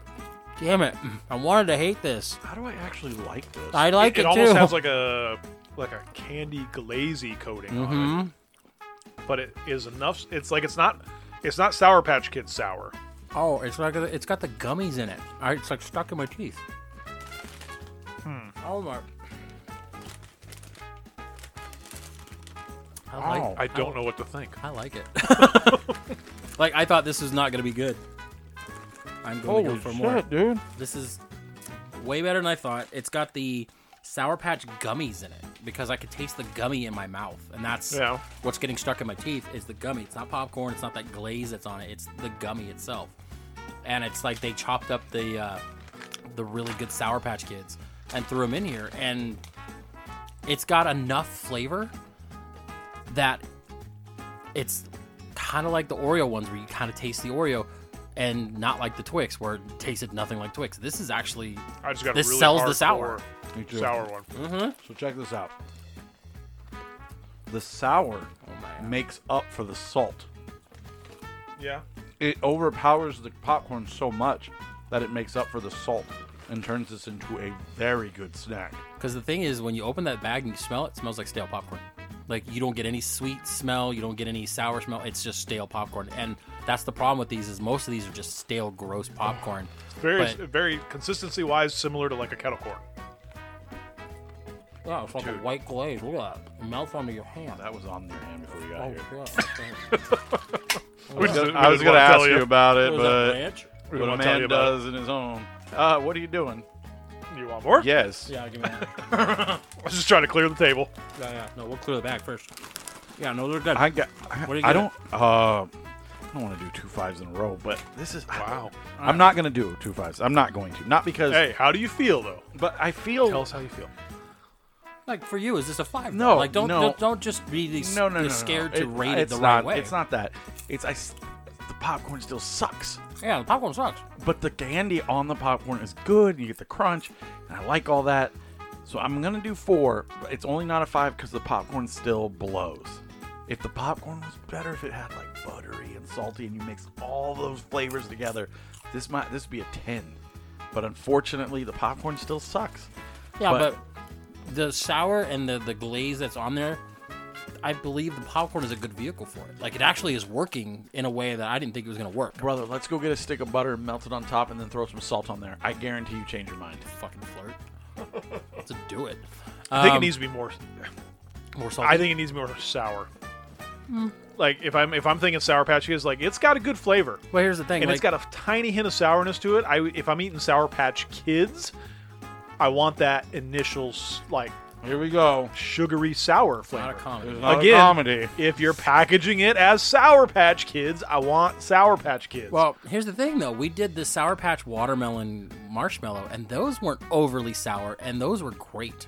*laughs* Damn it. I wanted to hate this.
How do I actually like this?
I like it,
it, almost
too.
has like a like a candy glazy coating on it,
Mm-hmm.
but it is enough. It's like it's not it's not Sour Patch Kid sour.
oh, it's like it's got the gummies in it. I, it's like stuck in my teeth.
Hmm.
Oh my. I like,
I don't know what to think.
I like
*laughs*
it. *laughs* like I thought this was not going to be good. I'm going to go for more.
dude.
This is way better than I thought. It's got the Sour Patch gummies in it because I could taste the gummy in my mouth, and that's
Yeah.
what's getting stuck in my teeth is the gummy. It's not popcorn. It's not that glaze that's on it. It's the gummy itself, and it's like they chopped up the uh, the really good Sour Patch Kids and threw them in here, and it's got enough flavor that it's kind of like the Oreo ones where you kind of taste the Oreo and not like the Twix where it tasted nothing like Twix. This is actually
I just got
This
a really
sells the sour. Hmm?
hardcore
Me too.
sour one.
So check this out. The sour
Oh,
makes up for the salt.
Yeah,
It overpowers the popcorn so much that it makes up for the salt and turns this into a very good snack.
cuz the thing is when you open that bag and you smell it, it smells like stale popcorn. Like you don't get any sweet smell, you don't get any sour smell. It's just stale popcorn. And that's the problem with these is most of these are just stale gross popcorn.
very
But-
very consistency wise, similar to like a kettle corn.
oh, it's like a white glaze. Look at that. Melts onto your hand.
That was on their hand before we got
Oh,
here.
*laughs*
God.
Which is-
I was
which
gonna
is what I
ask
tell
you about it,
Was
uh,
that
but
ranch?
We
what a
won't tell you
man
about it.
does in his own. Uh, what are you doing?
You want more?
Yes.
Yeah, give me that.
*laughs*
I was just trying to clear the table.
Yeah, yeah. No, we'll clear the bag first. Yeah, no, they're good.
I got. I,
What are you
I
gonna-
don't. Uh, I don't want to do two fives in a row, but this is
Wow.
I'm not gonna do two fives. I'm not going to. Not because.
Hey, how do you feel though?
But I feel.
Tell us how you
Um,
feel.
like for you, is this a five?
No,
like don't
no.
don't, don't just be these,
no, no, no, no,
these scared
no.
to
It-
rate it
it's
the
not,
right way.
It's not that. It's I. s- The popcorn still sucks,
Yeah, the popcorn sucks.
but the candy on the popcorn is good, and you get the crunch, and I like all that. So I'm gonna do four, but it's only not a five because the popcorn still blows. If the popcorn was better, if it had like buttery and salty, and you mix all those flavors together, this might this would be a ten. But unfortunately, the popcorn still sucks.
Yeah,
But-
but, the sour and the the glaze that's on there, I believe the popcorn is a good vehicle for it. Like it actually is working in a way that I didn't think it was going to work.
Brother, let's go get a stick of butter and melt it on top, and then throw some salt on there. I guarantee you change your mind.
Fucking flirt. *laughs* Let's do it.
I think
Um,
it needs to be more.
more salty.
I think it needs to be more sour. Like if I'm if I'm thinking sour patch kids, like it's got a good flavor.
Well, here's the thing.
and
like,
it's got a tiny hint of sourness to it. I if I'm eating Sour Patch Kids, I want that initial s- like
Here we go.
sugary sour
not a
flavor.
comedy.
Not a
Again,
comedy.
if you're packaging it as Sour Patch Kids, I want Sour Patch Kids.
Well, here's the thing though. We did the Sour Patch watermelon marshmallow, and those weren't overly sour, and those were great.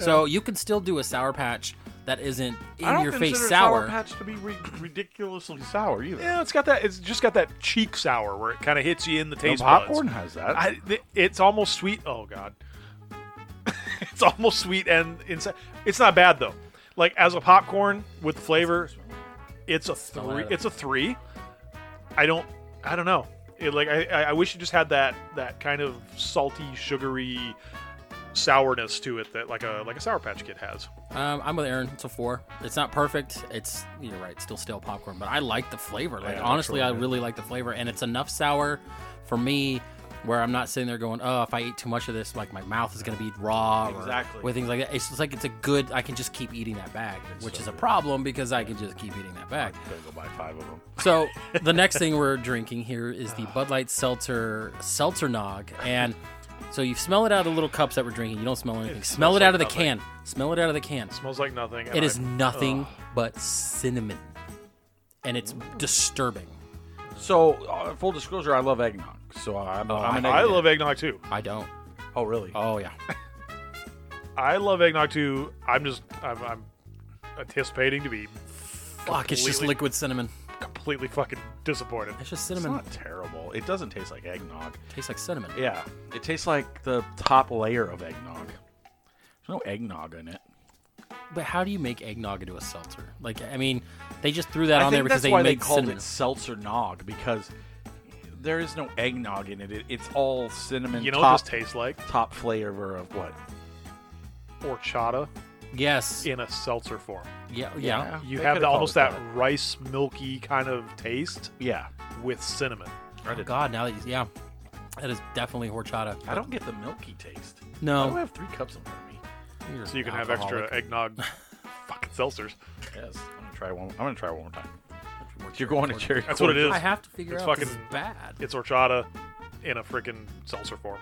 So you can still do a Sour Patch that isn't
I
in
don't
your face
consider
sour.
patch to be ri- ridiculously sour either.
yeah, it's got that. It's just got that cheek sour where it kind of hits you in the
No,
taste. buds.
popcorn has that.
I, th- it's almost sweet. Oh god, *laughs* it's almost sweet and inside. It's not bad though. Like as a popcorn with the flavor, it's a three.
matter.
It's a three. I don't. I don't know. It, like I, I- I wish it just had that that kind of salty, sugary sourness to it that like a like a sour patch kid has.
Um, I'm with Aaron. It's a four. It's not perfect. It's you're right. Still stale popcorn, but I like the flavor. Like honestly, I really like the flavor, and it's enough sour for me where I'm not sitting there going, "Oh, if I eat too much of this, like my mouth is gonna be raw." or-
Exactly.
with things like that, it's just like it's a good. I can just keep eating that bag, which is a problem because I can just keep eating that bag.
gotta go buy five of them.
So the next thing we're drinking here is the Bud Light Seltzer Seltzer Nog, and so you smell it out of the little cups that we're drinking. You don't smell anything. smell it
smells
out of the
like nothing.
can. Smell it out of the can.
Smells like nothing.
It is nothing but cinnamon, and it's disturbing.
So, uh, full disclosure, I love eggnog. So I'm, I'm an
I
eggnog.
love eggnog too.
I don't.
Oh really?
Oh yeah.
I love eggnog too. I'm just I'm, I'm anticipating to be
Fuck! It's just
Completely-
liquid cinnamon.
completely fucking disappointed.
It's just
it's
cinnamon.
not terrible. It doesn't taste like eggnog.
Tastes like cinnamon.
Yeah, it tastes like the top layer of eggnog. There's no eggnog in it.
But how do you make eggnog into a seltzer? Like, I mean, they just threw that
I
on
think
there because
that's why
made
they called
cinnamon.
it seltzer nog because there is no eggnog in it. it it's all cinnamon.
You know
top,
what this tastes like?
top flavor of what?
Horchata
Yes.
in a seltzer form.
Yeah. Yeah.
You
They
have
could've
the,
called
almost
it
that rice milky kind of taste
Yeah.
with cinnamon.
I,
Oh,
did-
God. Now that you, yeah, that is definitely horchata.
I don't get the milky taste.
Oh.
I don't
No.
have three cups in front of me.
So you can have extra eggnog fucking seltzers.
Yes, I'm gonna try one. I'm gonna try one more time. You're going to cherry.
That's what it is.
I have to figure
It's
out. Fucking
fucking-
bad.
It's horchata in a freaking seltzer form.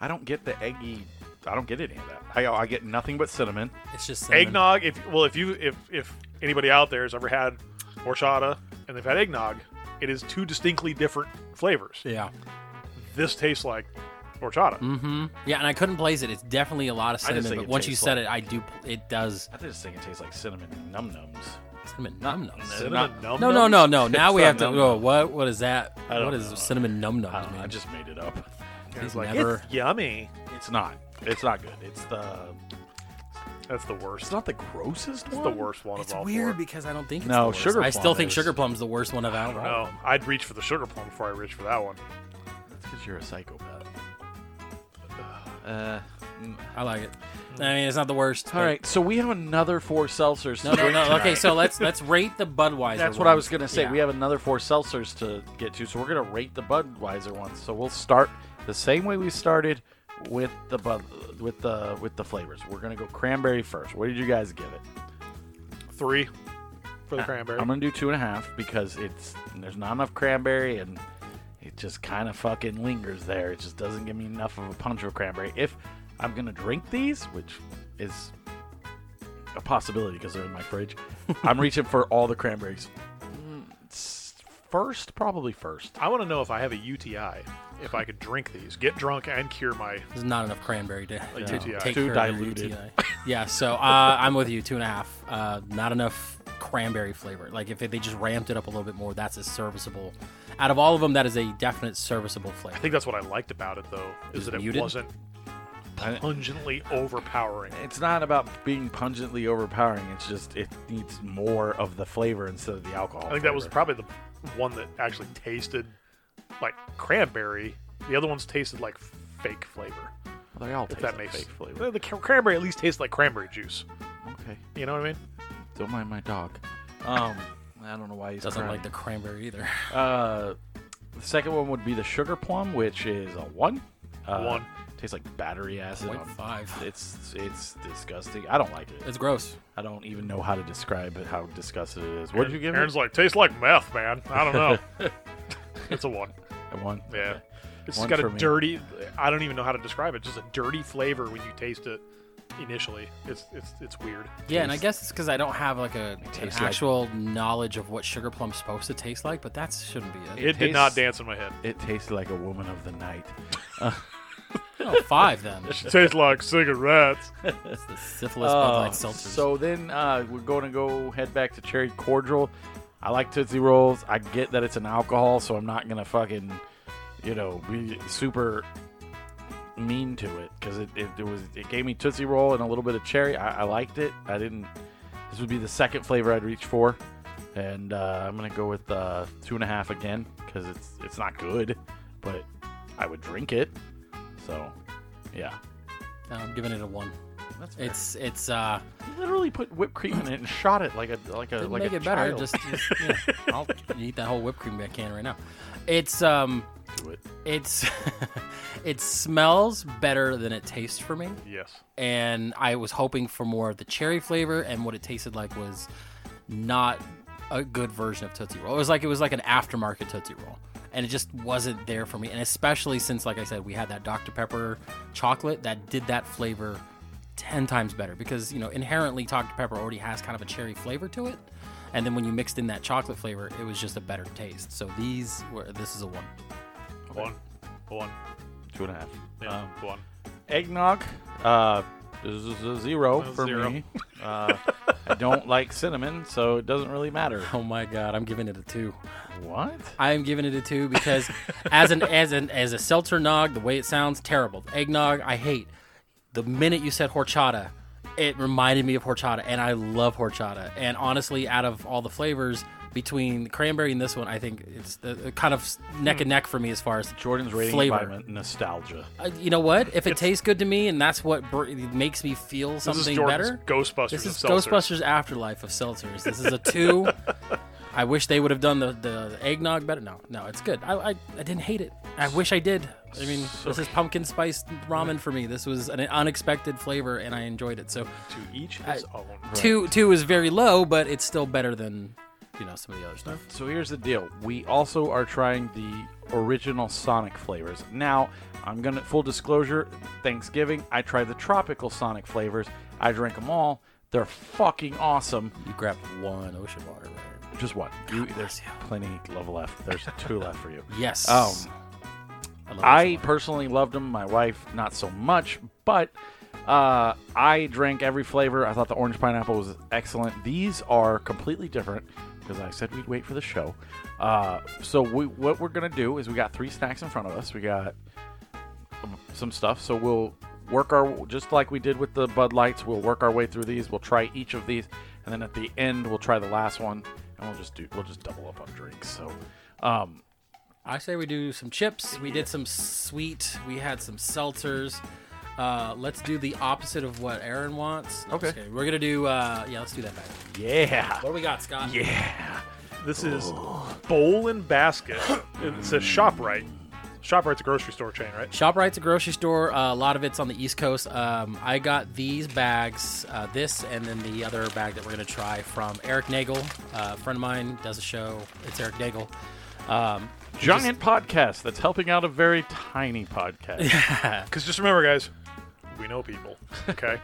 I don't get the eggy. I don't get any of that. I, I get nothing but cinnamon.
It's just cinnamon.
Eggnog, if well if you if if anybody out there has ever had horchata and they've had eggnog, it is two distinctly different flavors.
Yeah.
This tastes like horchata.
Mm-hmm. Yeah, and I couldn't place it. It's definitely a lot of
I just
cinnamon,
think
but
it
once you
tastes
said
like-
it, I do. It does
I just think it tastes like cinnamon num nums.
cinnamon num nums.
Cinnamon num
No, no, no, no.
It's
Now we
not
have to.
num
Whoa, what? What is that?
I don't
What is
know.
cinnamon num
I don't
nums?
know. Uh, I
mean?
just made it up.
He's
like,
never.
It's yummy.
It's not. It's not good. It's the.
That's the
It's
worst.
not the grossest
It's
one.
the worst one
It's
of all
weird
four.
because I don't think it's
No,
the worst.
sugar
I still
plum
think
is.
sugar plum's the worst one of out of all.
No, I'd reach for the sugar plum before I reach for that one.
That's because you're a psychopath. Uh,
I like it. I mean, it's not the worst.
all
but-
right, so we have another four seltzers.
No,
to
no,
drink
no. Okay,
tonight.
so let's let's rate the Budweiser.
that's what I was
ones.
gonna say.
Yeah.
We have another four seltzers to get to, so we're gonna rate the Budweiser ones. So we'll start the same way we started with the bud, with the with the flavors. We're gonna go cranberry first. What did you guys give it?
Three for the cranberry.
I'm gonna do two and a half because it's there's not enough cranberry and it just kind of fucking lingers there. It just doesn't give me enough of a punch of cranberry. If I'm gonna drink these, which is a possibility because they're in my
*laughs*
fridge, I'm reaching for all the cranberries. Mm, s- First, probably first.
I want to know if I have a UTI, if I could drink these, get drunk, and cure my.
There's not enough cranberry to to
UTI.
take
Too
care of your
diluted.
UTI. yeah, so uh, I'm with you. Two and a half. Uh, not enough cranberry flavor. Like if they just ramped it up a little bit more, that's a serviceable. Out of all of them, that is a definite serviceable
I
flavor.
think that's what I liked about it, though, is
was
that it
muted?
wasn't pungently overpowering.
It's not about being pungently overpowering. It's just it needs more of the flavor instead of the alcohol.
I think that was
flavor.
probably the one that actually tasted like cranberry. The other ones tasted like fake flavor.
they all
If
taste
that
like
makes
fake flavor.
the cr- cranberry at least tastes like cranberry juice.
Okay.
You know what I mean?
Don't mind my dog. Um, I don't know why he's
Doesn't
crying.
like the cranberry either. *laughs*
Uh, the second one would be the sugar plum, which is a one. Uh,
One.
tastes like battery acid.
Point
on-
five.
It's it's disgusting. I don't like it.
It's gross.
I don't even know how to describe it, how disgusted it is. What did you give
Aaron's
it?
like tastes like meth, man. I don't
*laughs*
know. it's a one.
A one.
Yeah.
Okay.
It's
One
got
for
a
me.
dirty. I don't even know how to describe it. Just a dirty flavor when you taste it initially. It's it's it's weird.
Yeah, and I guess it's because I don't have like a an
tastes like-
actual knowledge of what sugar plum's supposed to taste like, but that shouldn't be
It,
it.
did not
tastes-
dance in my head.
It tasted like a woman of the night.
Oh,
*laughs*
five then.
It *laughs* tastes like cigarettes.
It's the syphilis Bud Light seltzers.
Oh, Um, so then uh, we're going to go head back to cherry cordial. I like Tootsie Rolls. I get that it's an alcohol, so I'm not going to fucking, you know, be super mean to it because it, it, it was it gave me Tootsie Roll and a little bit of cherry. I, I liked it. I didn't. This would be the second flavor I'd reach for, and uh, I'm going to go with uh, two and a half again because it's it's not good, but I would drink it. So, yeah.
No, I'm giving it a one.
That's fair.
It's it's uh
literally put whipped cream in it and shot it like a like a
didn't
like
make
a
it better.
child.
Just, just you know, I'll eat that whole whipped cream I can right now. It's um
Do it.
it's *laughs* it smells better than it tastes for me,
Yes.
and I was hoping for more of the cherry flavor, and what it tasted like was not a good version of Tootsie Roll. It was like it was like an aftermarket Tootsie Roll. And it just wasn't there for me. And especially since, like I said, we had that Dr. Pepper chocolate that did that flavor 10 times better because, you know, inherently Dr. Pepper already has kind of a cherry flavor to it. And then when you mixed in that chocolate flavor, it was just a better taste. So these were, this is a one.
One. One.
*laughs* Two and a half.
Yeah,
Um,
one.
Eggnog. Uh, this is a zero
Uh,
for
zero.
me. Uh, I don't like cinnamon, so it doesn't really matter.
Oh my God, I'm giving it a two.
What?
I am giving it a two because as an as an as a seltzer nog, the way it sounds terrible. Eggnog, I hate. The minute you said horchata, it reminded me of horchata, and I love horchata. And honestly, out of all the flavors, between the cranberry and this one, I think it's the, kind of neck and neck for me as far as
Jordan's rating
flavor.
by n- nostalgia.
Uh, you know what? If it tastes good to me, and that's what br- makes me feel
This is
something
Jordan's
better.
Ghostbusters.
This is
of seltzers.
Ghostbusters Afterlife of seltzers. This is a *laughs* two. I wish they would have done the, the eggnog better. No, no, it's good. I, I, I didn't hate it. I wish I did. I mean, this is pumpkin spiced ramen for me. This was an unexpected flavor, and I enjoyed it. So
To each his own.
two two is very low, but it's still better than you know some of the other stuff.
So here's the deal. We also are trying the original Sonic flavors. Now, I'm going to, full disclosure, Thanksgiving, I tried the tropical Sonic flavors. I drank them all. They're fucking awesome.
You grabbed one ocean water. Right?
Just one. You, there's plenty of left. There's two left for you.
Yes.
Um,
I, love
I
Ocean Water.
personally loved them. My wife, not so much, but uh, I drank every flavor. I thought the orange pineapple was excellent. These are completely different because I said we'd wait for the show. Uh, so we, what we're gonna do is we got three snacks in front of us. We got um, some stuff. So we'll work our just like we did with the Bud Lights. We'll work our way through these. We'll try each of these, and then at the end we'll try the last one, and we'll just do we'll just double up on drinks. So. Um,
I say we do some chips. We did some sweet. We had some seltzers. Uh, let's do the opposite of what Aaron wants. No, I'm just
Okay.
kidding. We're gonna do. Uh, yeah, let's do that back.
yeah.
What do we got, Scott?
Yeah.
This is Bowl and Basket. it says Shoprite. Shoprite's a grocery store chain, right?
Shoprite's a grocery store. Uh, a lot of it's on the East Coast. Um, I got these bags, uh, this and then the other bag that we're gonna try from Eric Nagel, uh, a friend of mine, does a show. It's Eric Nagel. Um,
giant podcast that's helping out a very tiny podcast.
Because just remember, guys, we know people.
*laughs*
Okay.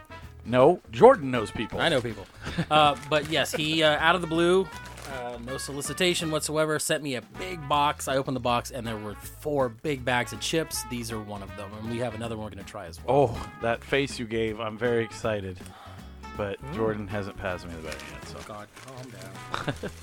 no, Jordan knows people.
I know people. *laughs* Uh, but yes, he uh, out of the blue, uh, no solicitation whatsoever, sent me a big box. I opened the box and there were four big bags of chips. These are one of them, and we have another one we're gonna try as well.
Oh, that face you gave, I'm very excited. But Jordan hasn't passed me the bag yet, so
Hmm. God, calm down,
*laughs*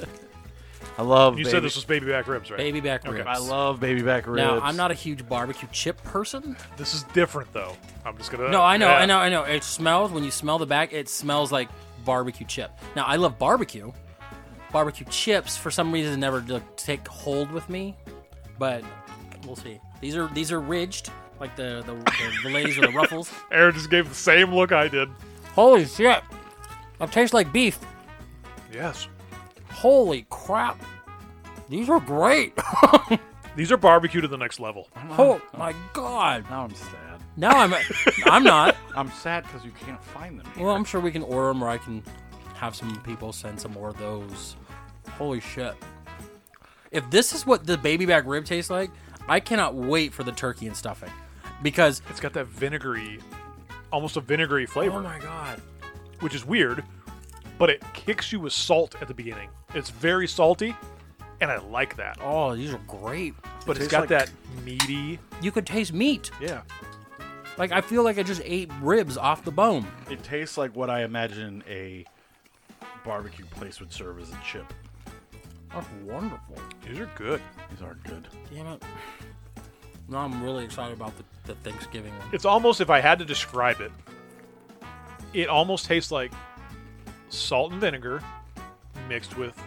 I love.
You
baby,
said this was baby back ribs, right?
baby back ribs.
I love baby back ribs.
Now I'm not a huge barbecue chip person.
This is different, though. I'm just gonna.
No, I know,
Yeah.
I know, I know. It smells when you smell the bag. It smells like barbecue chip. Now I love barbecue. Barbecue chips for some reason never d- take hold with me, but we'll see. These are these are ridged like the the, the, the ladies with the ruffles.
Aaron just gave the same look I did.
*laughs* Holy shit! It tastes like beef.
Yes.
Holy crap! These are great. *laughs*
These are barbecue to the next level.
oh my god!
Now I'm sad.
Now I'm I'm not.
I'm sad because you can't find them. Here.
Well, I'm sure we can order them, or I can have some people send some more of those. Holy shit! If this is what the baby back rib tastes like, I cannot wait for the turkey and stuffing because
It's got that vinegary, almost a vinegary flavor,
oh my god,
which is weird, but it kicks you with salt at the beginning. It's very salty, and I like that.
oh these are great.
But it's
tastes
got
like-
that meaty.
You could taste meat.
Yeah.
Like I feel like I just ate ribs off the bone.
It tastes like what I imagine a barbecue place would serve as a chip.
That's wonderful.
These are good.
These aren't good.
Damn it. No, I'm really excited about the, the Thanksgiving one.
It's almost, if I had to describe it, it almost tastes like salt and vinegar mixed with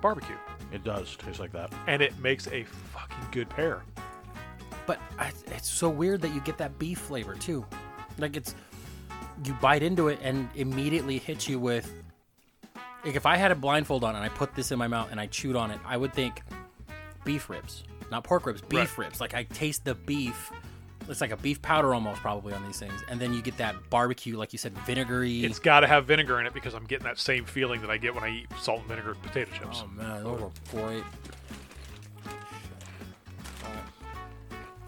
barbecue.
It does taste like that.
And it makes a fucking good pair.
But I, it's so weird that you get that beef flavor too. Like it's you bite into it and immediately hits you with. Like if I had a blindfold on and I put this in my mouth and I chewed on it, I would think beef ribs, not pork ribs, beef ribs. Like I taste the beef. It's like a beef powder almost probably on these things, and then you get that barbecue, like you said, vinegary.
It's got to have vinegar in it because I'm getting that same feeling that I get when I eat salt and vinegar potato chips.
oh man, those are great.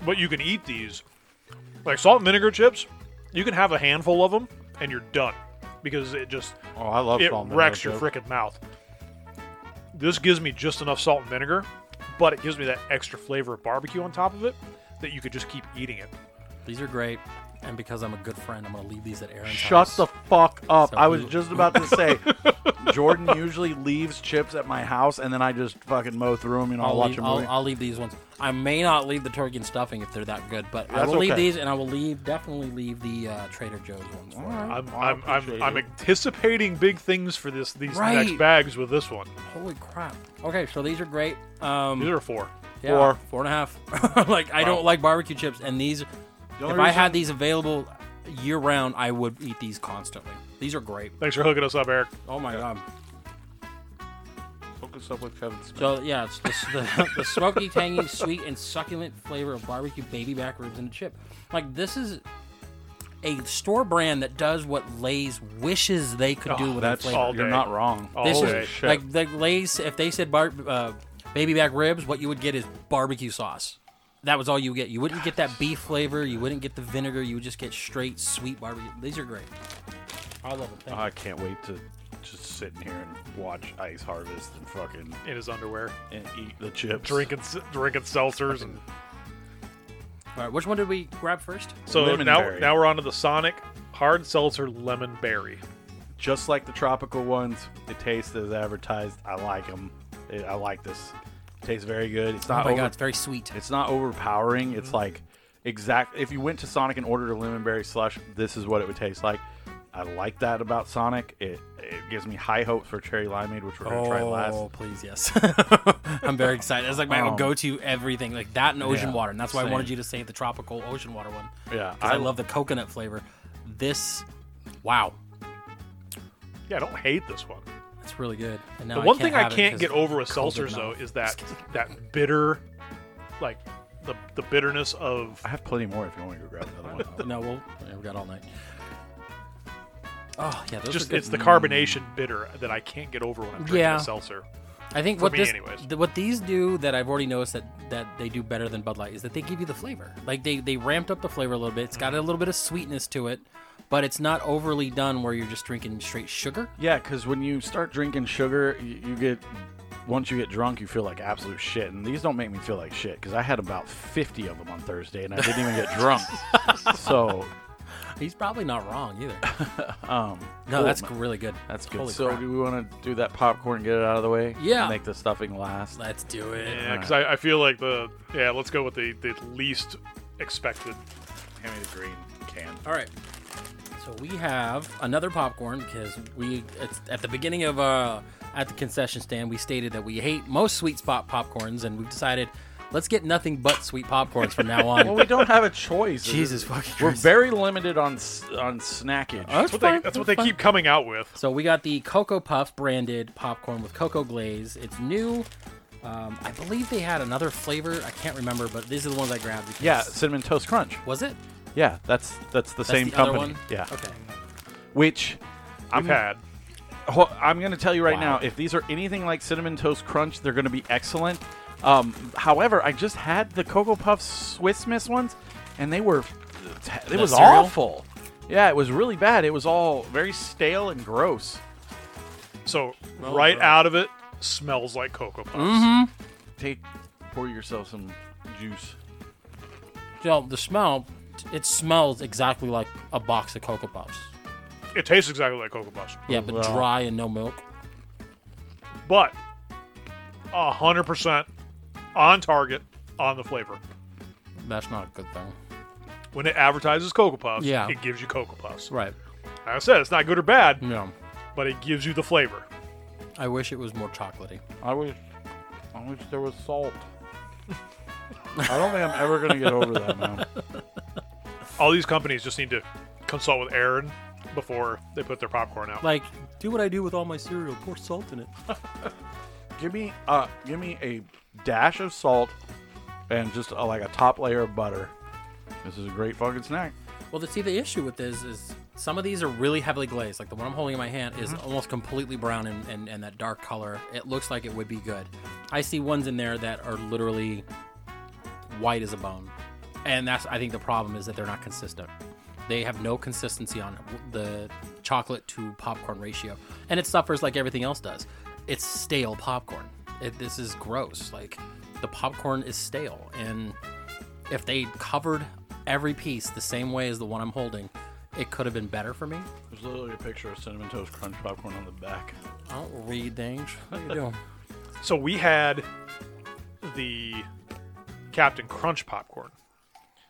But you can eat these, like salt and vinegar chips, you can have a handful of them and you're done because it just
Oh, I love
it
salt and vinegar
wrecks your
chips.
frickin' mouth. This gives me just enough salt and vinegar, but it gives me that extra flavor of barbecue on top of it that you could just keep eating it.
These are great. And because I'm a good friend, I'm going to leave these at Aaron's
Shut
house.
the fuck up.
So
I was
who-
just about to *laughs* say, Jordan usually leaves chips at my house, and then I just fucking mow through them, you know, I'll,
I'll,
watch
leave,
a
I'll,
movie.
I'll leave these ones. I may not leave the turkey and stuffing if they're that good, but I
That's
will leave
okay.
these, and I will leave definitely leave the uh, Trader Joe's ones. For you.
I'm
Oh, I
I'm,
appreciate
I'm, I'm
it.
anticipating big things for this these next
Right.
bags with this one.
Holy crap! Okay, so these are great.
These
Um,
are four.
yeah,
four.
four and a half. *laughs* like I don't like barbecue chips, and these.
only
if I
reason-
had these available year round, I would eat these constantly. These are great.
Thanks for hooking us up, Eric.
Oh my god!
Hook us up with Kevin *laughs* Smith.
So yeah, it's the, the, *laughs* the smoky, tangy, sweet, and succulent flavor of barbecue baby back ribs and a chip. Like this is a store brand that does what Lay's wishes they could do with that
That's
flavor.
Oh, all
You're
day.
not wrong.
All
This
day.
is like like Lay's. If they said bar, uh, baby back ribs, what you would get is barbecue sauce. That was all you get. You wouldn't get that beef flavor. You wouldn't get the vinegar. You would just get straight sweet barbecue. These are great. I love them. Thank you.
Oh, I can't wait to just sit in here and watch Ice Harvest and fucking
In his underwear,
and eat the chips.
drinking s- drinking seltzers, and
All right, which one did we grab first?
so
Lemon
now
berry.
now we're on to the Sonic hard seltzer lemon berry.
Just like the tropical ones, it tastes as advertised. I like them. I like this. tastes very good.
Uh,
It's
Oh
not
my
over,
god, it's very sweet.
It's not overpowering.
Mm-hmm.
It's like exact. If you went to Sonic and ordered a lemon berry slush, this is what it would taste like. I like that about Sonic. It it gives me high hopes for cherry limeade, which we're gonna try last.
Oh, please, yes. *laughs* I'm very excited. That's like my
Um,
go-to everything, like that and ocean
yeah,
water, and that's why I wanted
same.
you to say the tropical ocean water one. 'cause
Yeah,
I, love the coconut flavor. This, wow,
Yeah, I don't hate this one.
that's really good. And now
The one thing I
have it
can't
'cause
get over with
it's cold
seltzers though
enough.
is that that bitter, like the the bitterness of
I have plenty more if you want me to go grab another
*laughs*
one.
no, well, yeah, we got all night. Oh yeah, those are
just
good.
it's the carbonation bitter that I can't get over when I'm drinking
Yeah.
a seltzer.
I think
for
what
me
this,
anyways.
th- what these do that I've already noticed that that they do better than Bud Light is that they give you the flavor. Like they they ramped up the flavor a little bit. It's got
Mm-hmm.
a little bit of sweetness to it, but it's not overly done where you're just drinking straight sugar. *laughs*
Yeah, because when you start drinking sugar, you, you get once you get drunk, you feel like absolute shit. And these don't make me feel like shit because I had about fifty of them on Thursday, and I didn't even
*laughs*
get drunk. So
He's probably not wrong either.
*laughs* Um,
no, that's
man.
really good.
that's good.
Holy
so
crap.
do we want to do that popcorn? Get it out of the way.
Yeah.
Make the stuffing last.
Let's do it.
Yeah, because I, I feel like the yeah. Let's go with the the least expected.
Hand me the green can.
All right. So we have another popcorn because we it's, at the beginning of uh, at the concession stand we stated that we hate most sweet spot popcorns and we've decided let's get nothing but sweet popcorns from now on.
*laughs*
Well, we don't have a choice.
Jesus fucking
We're
Christ.
very limited on s- on snackage.
that's
That's what they that's what they keep coming out with.
So we got the Cocoa Puff branded popcorn with cocoa glaze. It's new. Um, I believe they had another flavor. I can't remember, but these are the ones I grabbed. because-
yeah, cinnamon toast crunch.
Was it?
Yeah, that's that's the
That's
same
the other
company.
one?
Yeah,
Okay.
which
I've
Mm-hmm.
had.
ho- I'm going to tell you right now,
Wow.
if these are anything like cinnamon toast crunch, they're going to be excellent. Um, however, I just had the cocoa puff Swiss Miss ones, and they were it was
cereal?
awful. Yeah, it was really bad. It was all very stale and gross.
So right
uh,
out of it smells like cocoa puffs.
Mm-hmm.
Take pour yourself some juice.
So the smell, it smells exactly like a box of Cocoa Puffs.
It tastes exactly like cocoa puffs,
Yeah, but
Wow.
dry and no milk.
but hundred percent on target on the flavor.
That's not a good thing.
When it advertises cocoa puffs,
Yeah.
it gives you cocoa puffs.
Right. Mm.
Like I said, it's not good or bad,
No.
but it gives you the flavor.
I wish it was more chocolatey.
I wish, I wish there was salt. I don't think I'm ever gonna get over that, man.
All these companies just need to consult with Aaron before they put their popcorn out.
Like, do what I do with all my cereal. Pour salt in it.
Give me, uh, give me a dash of salt and just uh, like a top layer of butter. This is a great fucking snack.
Well, the, see, the issue with this is some of these are really heavily glazed. Like the one I'm holding in my hand is almost completely brown and, and, and that dark color. It looks like it would be good. I see ones in there that are literally white as a bone, and that's I think the problem is that they're not consistent. They have no consistency on the chocolate to popcorn ratio, and it suffers like everything else does. It's stale popcorn. It, this is gross. Like the popcorn is stale, and if they covered every piece the same way as the one I'm holding, it could have been better for me.
There's literally a picture of Cinnamon Toast Crunch popcorn on the back.
I don't read things. How you
*laughs*
doing?
So we had the Captain Crunch popcorn.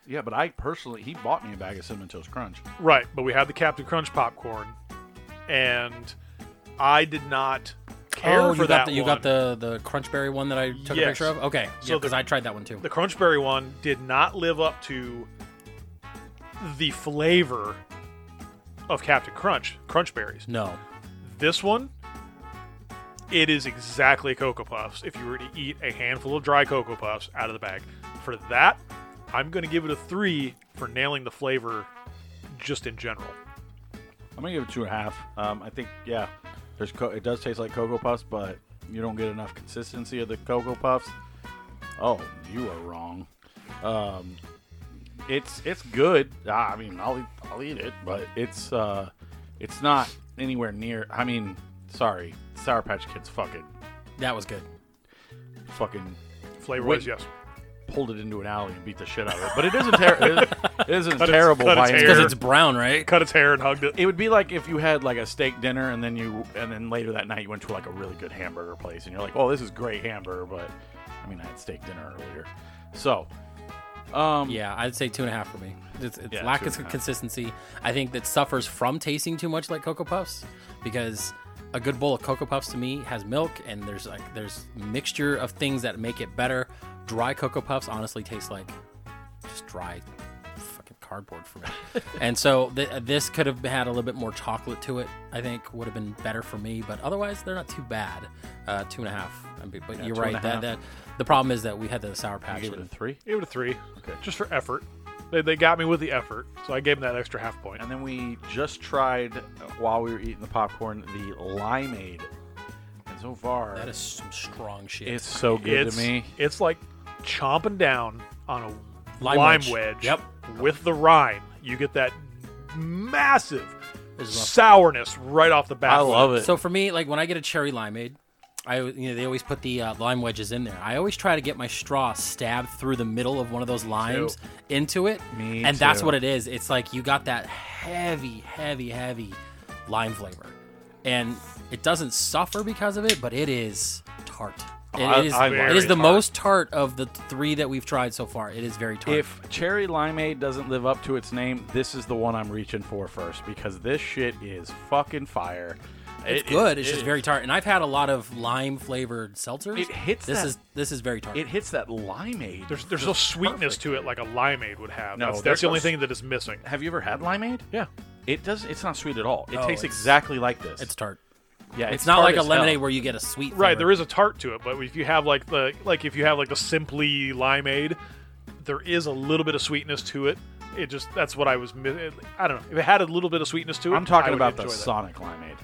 Yeah, but I personally, he bought me a bag of Cinnamon Toast Crunch.
Right, but we had the Captain Crunch popcorn, and I did not care
oh,
for
you
that
got the, you
one.
got the the crunchberry one that I took a
Yes.
picture of. Okay,
So
so because
the-
I tried that one too.
the Crunchberry one did not live up to the flavor of Captain Crunch, Crunch berries.
no,
This one, it is exactly Cocoa Puffs. If you were to eat a handful of dry Cocoa Puffs out of the bag, for that, I'm going to give it a three for nailing the flavor just in general.
I'm gonna give it two and a half. Um, I think yeah, there's co- it does taste like cocoa puffs, but you don't get enough consistency of the cocoa puffs. Oh, you are wrong. Um, it's it's good. Ah, I mean, I'll eat, I'll eat it, but it's uh, it's not anywhere near. I mean, sorry, Sour Patch Kids, fucking
that was good.
fucking
Flavor
Wait.
wise, yes.
pulled it into an alley and beat the shit out of it. But it isn't ter- it, it isn't
Cut its-
terrible
cut
by
its
any
hair.
Because it's brown, right?
Cut its hair and hugged it.
it would be like if you had like a steak dinner and then you and then later that night you went to like a really good hamburger place and you're like, "Oh, this is great hamburger," but I mean, I had steak dinner earlier. So, um
Yeah, I'd say two and a half for me. It's, it's
Yeah,
lack
two
of
and a half.
consistency. I think that suffers from tasting too much like Cocoa Puffs because a good bowl of Cocoa Puffs to me has milk and there's like there's mixture of things that make it better. Dry Cocoa Puffs honestly taste like just dry fucking cardboard for me.
*laughs*
and so th- this could have had a little bit more chocolate to it. I think would have been better for me, but otherwise they're not too bad. Uh, two and a half. I mean, But you're
two and a
right. That,
half.
that the problem is that we had the sour patch.
give it a
and-
3.
Give it a three. Okay. Just for effort. They, they got me with the effort, so I gave them that extra half point.
And then we just tried uh, while we were eating the popcorn the limeade. And so far
That is some strong shit.
it's so good
it's,
to me.
It's like chomping down on a lime,
Lime
wedge.
wedge. Yep.
With the rind, you get that massive
There's nothing.
sourness right off the bat.
I love it.
So for me, like when I get a cherry limeade, I you know they always put the uh, lime wedges in there. I always try to get my straw stabbed through the middle of one of those limes into it,
Me
and that's
too.
what it is. It's like you got that heavy, heavy, heavy lime flavor, and it doesn't suffer because of it, but it is tart. It
I-
is-
I
it
love
is
it.
the most tart of the three that we've tried so far. It is very tart.
If cherry limeade doesn't live up to its name, this is the one I'm reaching for first because this shit is fucking fire.
it's
It-
good, it's
it-
just very tart. And I've had a lot of lime flavored seltzers.
It hits
This
that-
is this is very tart.
It hits that limeade.
There's there's no sweetness to it like a limeade would have.
No,
that's,
there's
that's the
no
only
s-
thing that is missing.
Have you ever had limeade?
Yeah.
It does. It's not sweet at all. It
Oh,
tastes
it's-
exactly like this.
it's tart.
yeah.
It's, not
tart
like a
as
lemonade
hell.
where you get a sweet.
Right,
flavor.
there is a tart to it, but if you have like the like if you have like the simply limeade, there is a little bit of sweetness to it. It just that's what I was. mi- I don't know if it had a little bit of sweetness to it.
I'm talking
I would
about the
enjoy that.
Sonic limeade.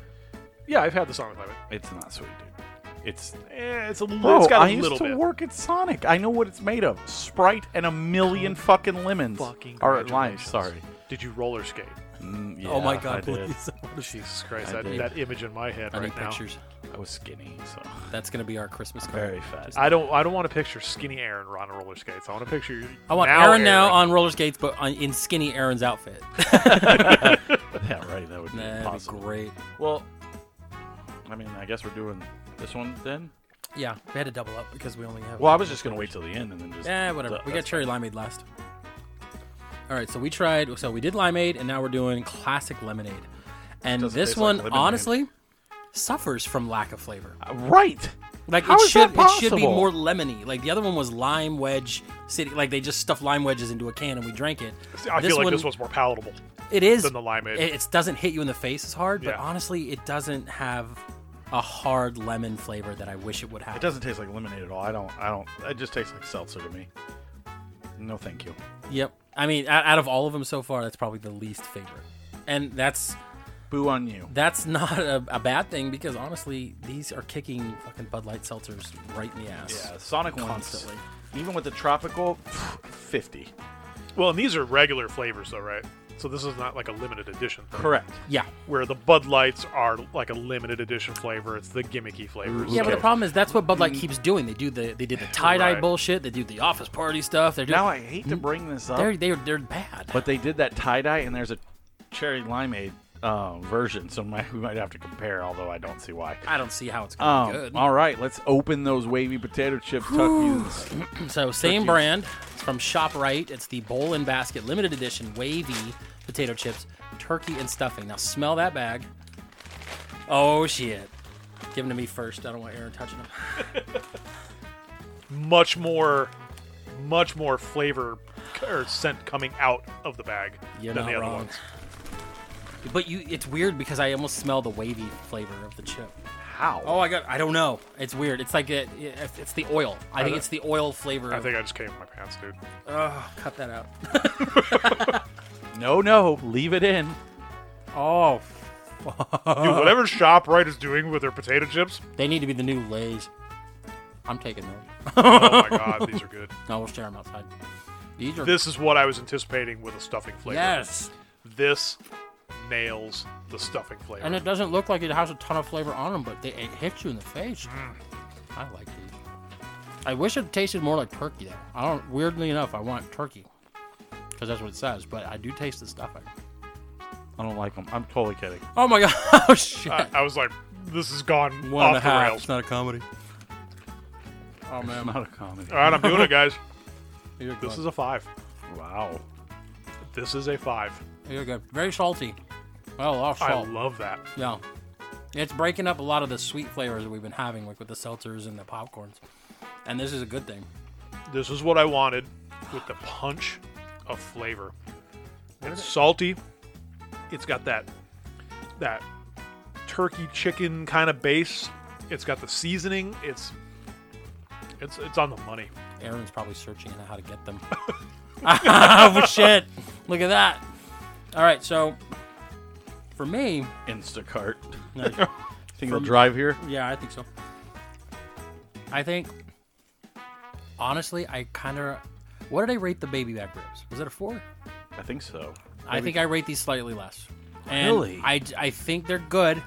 Yeah, I've had the Sonic limeade.
It's not sweet, dude. It's.
Eh, it's a little.
Bro,
it's got a
I used
little
to
bit.
work at Sonic. I know what it's made of. Sprite and a million fucking lemons.
Fucking
or limes,
congratulations.
sorry.
Did you roller skate?
Mm,
Oh my
yeah,
god,
I, did.
please!
Oh, Jesus Christ,
I
that,
did.
that image in my head
I
right
need
now.
pictures.
I was skinny, so
That's gonna be our Christmas
*laughs*
card.
very fat.
I don't. I don't want to picture skinny Aaron on roller skates. I want to picture.
I want
now
Aaron now on roller skates, but on, in skinny
*laughs*
Aaron's outfit.
yeah, right. That would be
That'd
impossible.
be great.
Well, I mean, I guess we're doing this one then.
Yeah, we had to double up because we only have.
Well, I was just gonna wait till the end and then just.
Yeah, whatever.
That-
we got
that's
cherry limeade last. All right, so we tried. So we did limeade, and now we're doing classic lemonade. And
Doesn't
this
taste
one,
like lemonade.
honestly, suffers from lack of flavor.
Right.
Like
How
it
is
should,
that
it should be
possible?
more lemony. Like the other one was lime wedge city. Like they just stuffed lime wedges into a can and we drank it.
I feel like this one's more palatable.
It is
than the limeade.
It, it doesn't hit you in the face as hard, but
Yeah.
honestly, it doesn't have a hard lemon flavor that I wish it would have.
It doesn't taste like lemonade at all. I don't. I don't. It just tastes like seltzer to me. No, thank you.
Yep. I mean, out, out of all of them so far, that's probably the least favorite, and that's
Boo on you.
that's *laughs* not a, a bad thing because honestly, these are kicking fucking Bud Light seltzers right in the ass.
Yeah, Sonic
Constantly.
ones. Even with the tropical, fifty.
Well, and these are regular flavors though, right? So this is not like a limited edition. Thing,
Correct.
Yeah.
Where the Bud Lights are like a limited edition flavor. It's the gimmicky flavors.
Yeah, but the
cares?
problem is that's what Bud Light keeps doing. They do the they did the tie dye
Right.
bullshit. They do the office party stuff. They're doing,
Now I hate to bring this up,
they're they're they're bad.
but they did that tie dye, and there's a cherry limeade uh, version, so might, *laughs* we might have to compare. Although I don't see why.
I don't see how it's gonna
Um,
be good.
all right, let's open those wavy potato chip tuckies.
So same brand. It's from Shoprite. It's the Bowl and Basket limited edition wavy potato chips, turkey and stuffing. Now smell that bag. Oh shit! Give them to me first. I don't want Aaron touching them.
Much more, much more flavor c- or scent coming out of the bag
You're
than
not
the other
wrong.
ones.
But you, it's weird because I almost smell the wavy flavor of the chip.
How?
Oh, I got. I don't know. It's weird. It's like it, it, it's the oil. I, think
don't-
it's the oil flavor.
I
of-
think I just came in my pants, dude.
Ugh, cut that out.
No, no, leave it in.
Oh, Uh-huh.
Dude, whatever ShopRite is doing with their potato
*laughs*
chips,
they need to be the new Lay's. I'm taking them. *laughs*
oh my god, these are good.
No, we'll share them outside. These are
This is what I was anticipating with a stuffing flavor.
yes,
This nails the stuffing flavor.
and it doesn't look like it has a ton of flavor on them, but they, it hits you in the face. I like these. I wish it tasted more like turkey though. I don't. Weirdly enough, I want turkey because that's what it says. But I do taste the stuffing.
I don't like them. I'm totally kidding.
*laughs* Oh my god! *laughs* Oh shit!
I, I was like, this has gone
One and
Uh, off
a
the
half.
rails.
not a comedy.
Oh man, it's not a comedy.
All right, I'm doing
*laughs*
it, guys. This is a five.
Wow.
This is a five.
You're good. Very salty. Well, off
I
salt.
love that.
yeah. It's breaking up a lot of the sweet flavors that we've been having, like with the seltzers and the popcorns. And this is a good thing.
This is what I wanted with the punch of flavor. It's salty. It's got that that turkey chicken kind of base. It's got the seasoning. It's it's it's on the money.
Aaron's probably searching on how to get them. *laughs* oh, shit. Look at that. All right, so for me,
Instacart.
Nice.
*laughs* Think they'll drive here?
yeah, I think so. I think, honestly, I kind of. What did I rate the baby back ribs? Was it a four?
I think so.
I think I rate these slightly less. And
Really?
I, I think they're good.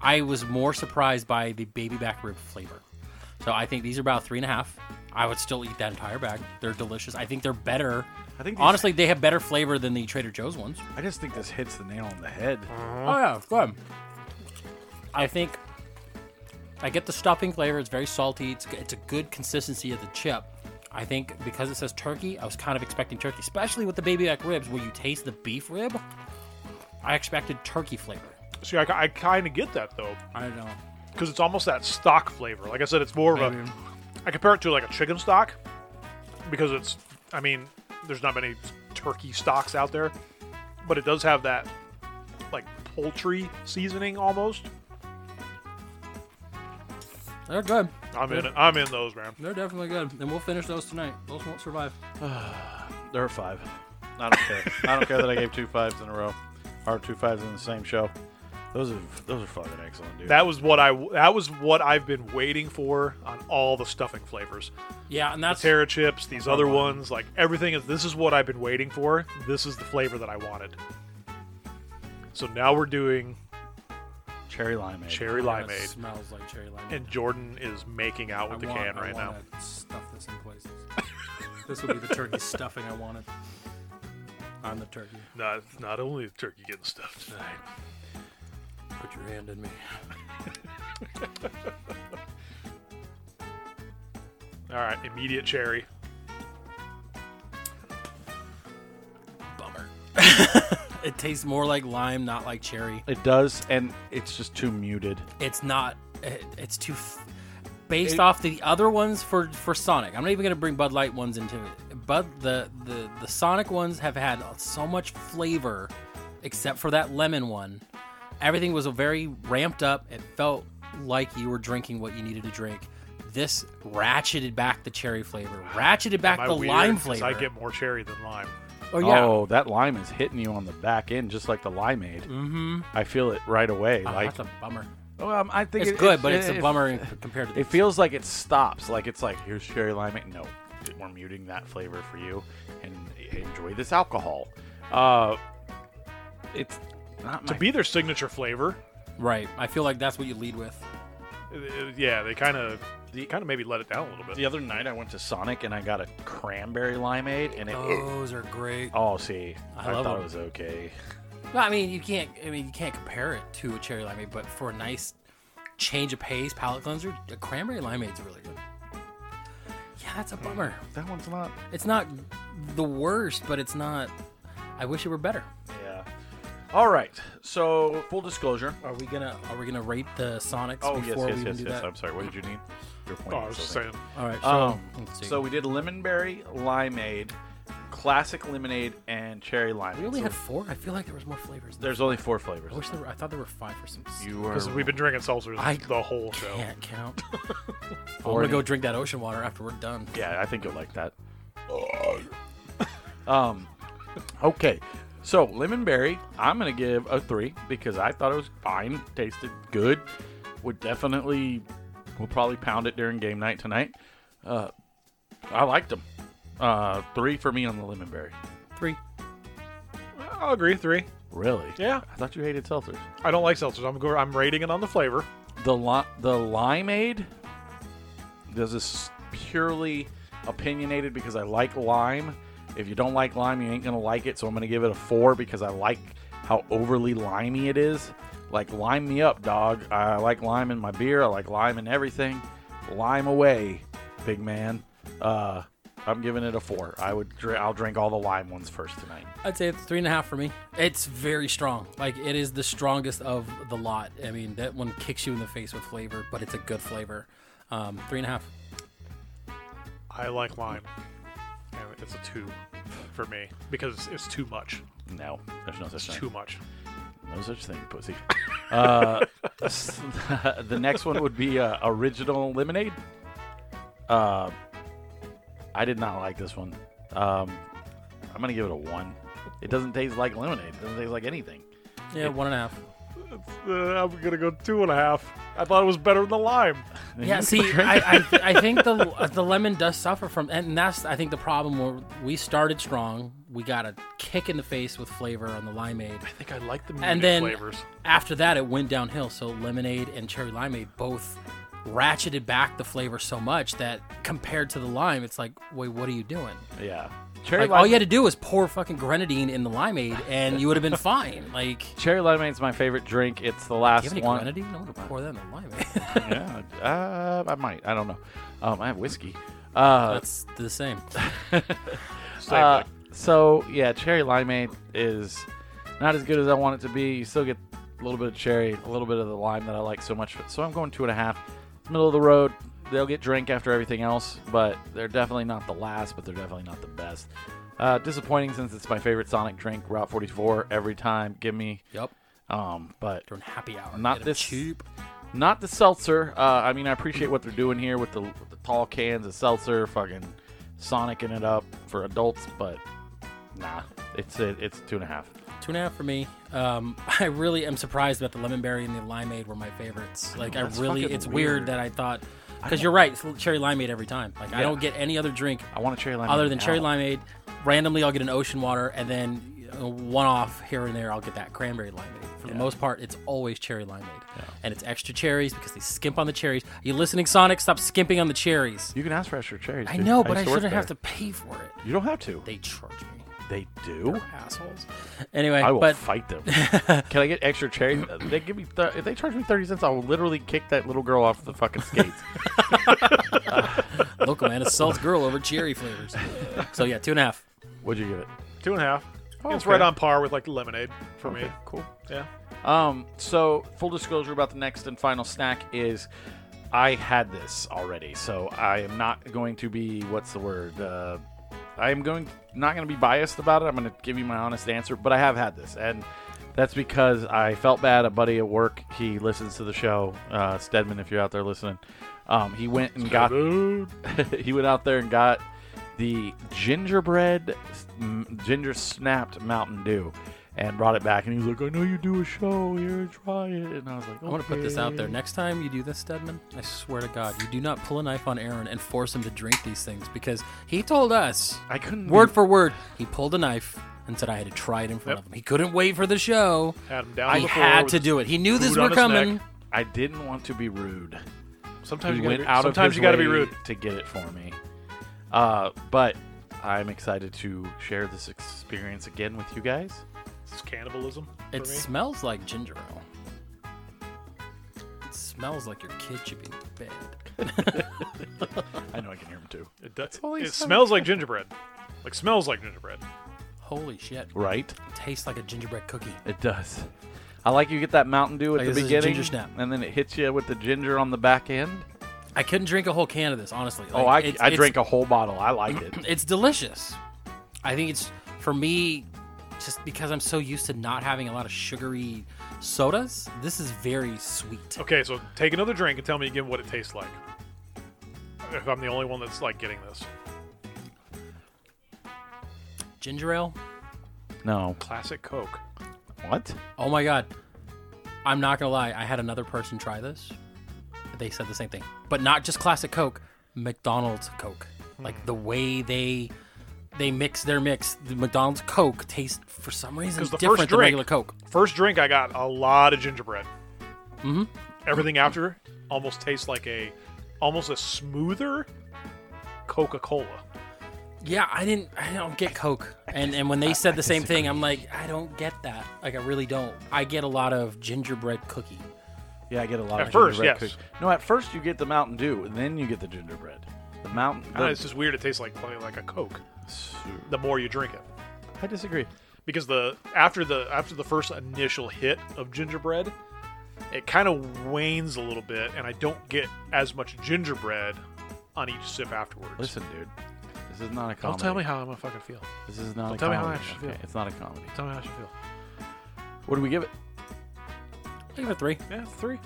I was more surprised by the baby back rib flavor. So I think these are about three and a half. I would still eat that entire bag. They're delicious. I think they're better.
I think these-
honestly they have better flavor than the Trader Joe's ones.
I just think this hits the nail on the head.
Oh yeah, it's good. I think I get the stuffing flavor. It's very salty. It's it's a good consistency of the chip. I think because it says turkey, I was kind of expecting turkey, especially with the baby back ribs, where you taste the beef rib. I expected turkey flavor.
See, I, kind of get that though,
I don't know.
because it's almost that stock flavor. Like I said, it's more of a. I compare it to like a chicken stock, because it's. I mean, there's not many turkey stocks out there, but it does have that, like poultry seasoning almost.
They're good.
I'm in. I'm in those, man.
They're definitely good, and we'll finish those tonight. Those won't survive.
There are five. I don't care. I don't care that I gave two fives in a row, or two fives in the same show. Those are those are fucking excellent, dude.
That was what I. That was what I've been waiting for on all the stuffing flavors.
Yeah, and that's
Terra chips, these other ones, like everything is. This is what I've been waiting for. This is the flavor that I wanted. So now we're doing
cherry limeade.
cherry
That
limeade.
Smells like cherry limeade.
and Jordan is making out with the can right now.
now. Stuff this in
*laughs*
places. this would be the turkey stuffing I wanted.
I'm the turkey.
Not not only is turkey getting stuffed tonight.
Put your hand in me.
All right, immediate cherry.
Bummer. *laughs* it tastes more like lime, not like cherry.
It does, and it's just too muted.
it's not it, it's too f- based off the other ones for for sonic i'm not even gonna bring bud light ones into it but the the the sonic ones have had so much flavor except for that lemon one everything was very ramped up it felt like you were drinking what you needed to drink this ratcheted back the cherry flavor ratcheted back
Am I
the
weird?
lime
'Cause
flavor
I get more cherry than lime.
oh yeah
Oh, that lime is hitting you on the back end, just like the limeade. Mm-hmm. I feel it right away.
Oh,
like,
that's a bummer
oh, um, I think
it's
it-
good but it's
it-
a bummer in- compared to
It feels like it stops. Like it's like here's cherry limeade. No, we're muting that flavor for you, and enjoy this alcohol. Uh, It's not
to
my
be their signature flavor.
Right. I feel like that's what you lead with.
uh, uh, Yeah, they kind of kind of maybe let it down a little bit.
The other night I went to Sonic and I got a cranberry limeade and it. Oh,
Those are great.
see,
I
I, thought
love them.
it was okay.
Well, I mean, you can't. I mean, you can't compare it to a cherry limeade, but for a nice change of pace, palate cleanser, a cranberry limeade's really good. Yeah, that's a bummer.
That one's not.
It's not the worst, but it's not. I wish it were better.
Yeah. All right. So full disclosure.
Are we gonna Are we gonna rate the Sonics
Oh yes,
before
yes,
we even
yes,
do
yes.
that?
I'm sorry. What did you need? Your point.
Oh, I was just saying.
All right. So,
Um,
let's see.
so we did lemonberry limeade, classic lemonade, and cherry limeade.
we only
So
had Oh, four. I feel like there was more flavors. than-
there's only four flavors.
I wish there were. I thought there were five for some. reason.
You were
Because we've been drinking seltzer
I
the whole show.
Can't count. I'm
Four
gonna
and-
go drink that ocean water after we're done.
Yeah, I think you'll like that. um, okay. So lemon berry, I'm gonna give a three because I thought it was fine, tasted good. Would definitely, we'll probably pound it during game night tonight. Uh, I liked them. Uh, three for me on the lemon berry.
Three.
I'll agree. Three.
Really?
Yeah.
I thought you hated seltzers.
I don't like seltzers. I'm go- I'm rating it on the flavor.
The li- the limeade. This is purely opinionated because I like lime. If you don't like lime, you ain't gonna like it. So I'm gonna give it a four because I like how overly limey it is. Like lime me up, dog. I like lime in my beer. I like lime in everything. Lime away, big man. Uh, I'm giving it a four. I would. Dr- I'll drink all the lime ones first tonight.
I'd say it's three and a half for me. It's very strong. Like it is the strongest of the lot. I mean, that one kicks you in the face with flavor, but it's a good flavor. Um, three and a half.
I like lime. And it's a two for me because it's too much.
No, there's no such thing.
Too much.
No such thing, pussy. uh, *laughs* the next one would be uh, original lemonade. Uh, I did not like this one. Um, I'm gonna give it a one. It doesn't taste like lemonade. It doesn't taste like anything.
Yeah, one and a half.
Uh, I'm gonna go two and a half. I thought it was better than the lime.
Yeah, see, I, I, I think the the lemon does suffer from, and that's I think the problem where we started strong. We got a kick in the face with flavor on the limeade,
I think I like the muted
and then
flavors.
after that it went downhill. So lemonade and cherry limeade both ratcheted back the flavor so much that compared to the lime, it's like, wait, what are you doing?
Yeah, cherry
Like oh, all
lime-
you had to do was pour fucking grenadine in the limeade, and you would
*laughs*
have been fine. Like, do
cherry lemonade's my favorite drink. It's the
you
last
have any
one.
grenadine? I'm gonna pour that in the limeade.
*laughs* yeah, uh, I might. I don't know. Um, I have whiskey. Uh,
That's the same.
Same
Uh,
thing.
so yeah, cherry limeade is not as good as I want it to be. You still get a little bit of cherry, a little bit of the lime that I like so much. So I'm going two and a half. It's middle of the road. They'll get drink after everything else, but they're definitely not the last. But they're definitely not the best. Uh, disappointing since it's my favorite Sonic drink, Route 44. Every time, give me.
Yep.
Um, but
During happy hour.
not
Get 'em
this
cheap.
not the seltzer. Uh, I mean, I appreciate what they're doing here with the, with the tall cans of seltzer, fucking sonicking it up for adults, but nah, it's it, it's two and a half.
Two and a half for me. Um, *laughs* I really am surprised that the lemon berry and the limeade were my favorites. Like, I,
that's
really,
fucking
it's weird.
weird.
that I thought because you're right, it's cherry limeade every time. Like, I
Yeah.
don't get any other drink
I want a cherry lime.
other than cherry limeade. Randomly, I'll get an ocean water, and then you know, one off here and there, I'll get that cranberry limeade. For the most part, it's always cherry limeade, and it's extra cherries because they skimp on the cherries. Are you listening, Sonic? Stop skimping on the cherries.
You can ask for extra cherries.
I
dude.
know, but I
used to work
shouldn't have to
there.
pay for it.
You don't have to.
They charge me,
They do.
assholes. Anyway,
I will
but
fight
*laughs*
them. can I get extra cherries? Uh, They give me th- if they charge me thirty cents, I will literally kick that little girl off the fucking
*laughs*
skates.
local man assaults girl over cherry flavors. So yeah, two and a half.
What'd you give it?
Two and a half. it's
okay.
right on par with like lemonade for me.
Okay, cool.
Yeah.
Um, so full disclosure about the next and final snack is I had this already, so I am not going to be what's the word? Uh, I am going not going to be biased about it. I'm going to give you my honest answer, but I have had this, and that's because I felt bad. A buddy at work, he listens to the show. Uh, Stedman, if you're out there listening, um, he went and got *laughs* he went out there and got the gingerbread m- ginger snapped Mountain Dew and brought it back. And he was like, "I know you do a show here, try it." And I was like,
I want to put this out there. Next time you do this, Stedman, I swear to God, you do not pull a knife on Aaron and force him to drink these things because he told us
I couldn't
word for word, he pulled a knife and said I had to try it in front of him. He couldn't wait for the show.
Had him down.
I
before
had
with
to do it. He knew this
food on
were
his neck.
coming.
I didn't want to be rude.
Sometimes
He
you gotta
went
be,
out of
sometimes
his
you got to be
way
rude.
to get it for me. Uh, but I'm excited to share this experience again with you guys.
It's cannibalism for
It
me.
smells like ginger ale. It smells like your kid should be in bed.
I know I can hear him too.
It, does,
all he
it
said.
smells like gingerbread. Like smells like gingerbread.
Holy shit!
Right?
It tastes like a gingerbread cookie.
It does. I like you get that Mountain Dew at
Like
the
this is
beginning,
ginger snap.
and then it hits you with the ginger on the back end.
I couldn't drink a whole can of this, honestly.
Oh,
Like,
I,
it's-
I
it's-
drank a whole bottle. I liked
*clears throat*
it.
It's delicious. I think it's for me, just because I'm so used to not having a lot of sugary sodas. This is very sweet.
Okay, so take another drink and tell me again what it tastes like. If I'm the only one that's like getting this,
Ginger ale.
No.
classic Coke.
What?
Oh my god. I'm not gonna lie, I had another person try this. They said the same thing. But not just classic Coke, McDonald's Coke.
Hmm.
Like the way they they mix their mix, the McDonald's Coke tastes for some reason
'Cause the
different
first
than
drink-
regular Coke.
First drink, I got a lot of gingerbread. Mm-hmm. Everything after almost tastes like a, almost a smoother Coca-Cola.
Yeah, I didn't I don't get Coke. And and when they said the same thing, I'm like, I don't get that. Like I really don't. I get a lot of gingerbread cookie.
Yeah, I get a lot
At
of
first,
gingerbread
yes.
cookies. No, at first you get the Mountain Dew, and then you get the gingerbread. The Mountain.
I
the-
know, it's just weird. It tastes like like a Coke. The more you drink it,
I disagree.
because the after the after the first initial hit of gingerbread, it kind of wanes a little bit, and I don't get as much gingerbread on each sip afterwards.
Listen, dude, this is not a comedy.
don't tell me how I'm gonna fucking feel.
This is not
Don't
a
tell me how
comedy.
I should
okay,
feel.
it's not a comedy.
Tell me how I should feel.
What do we give it?
I give it a three.
Yeah, three.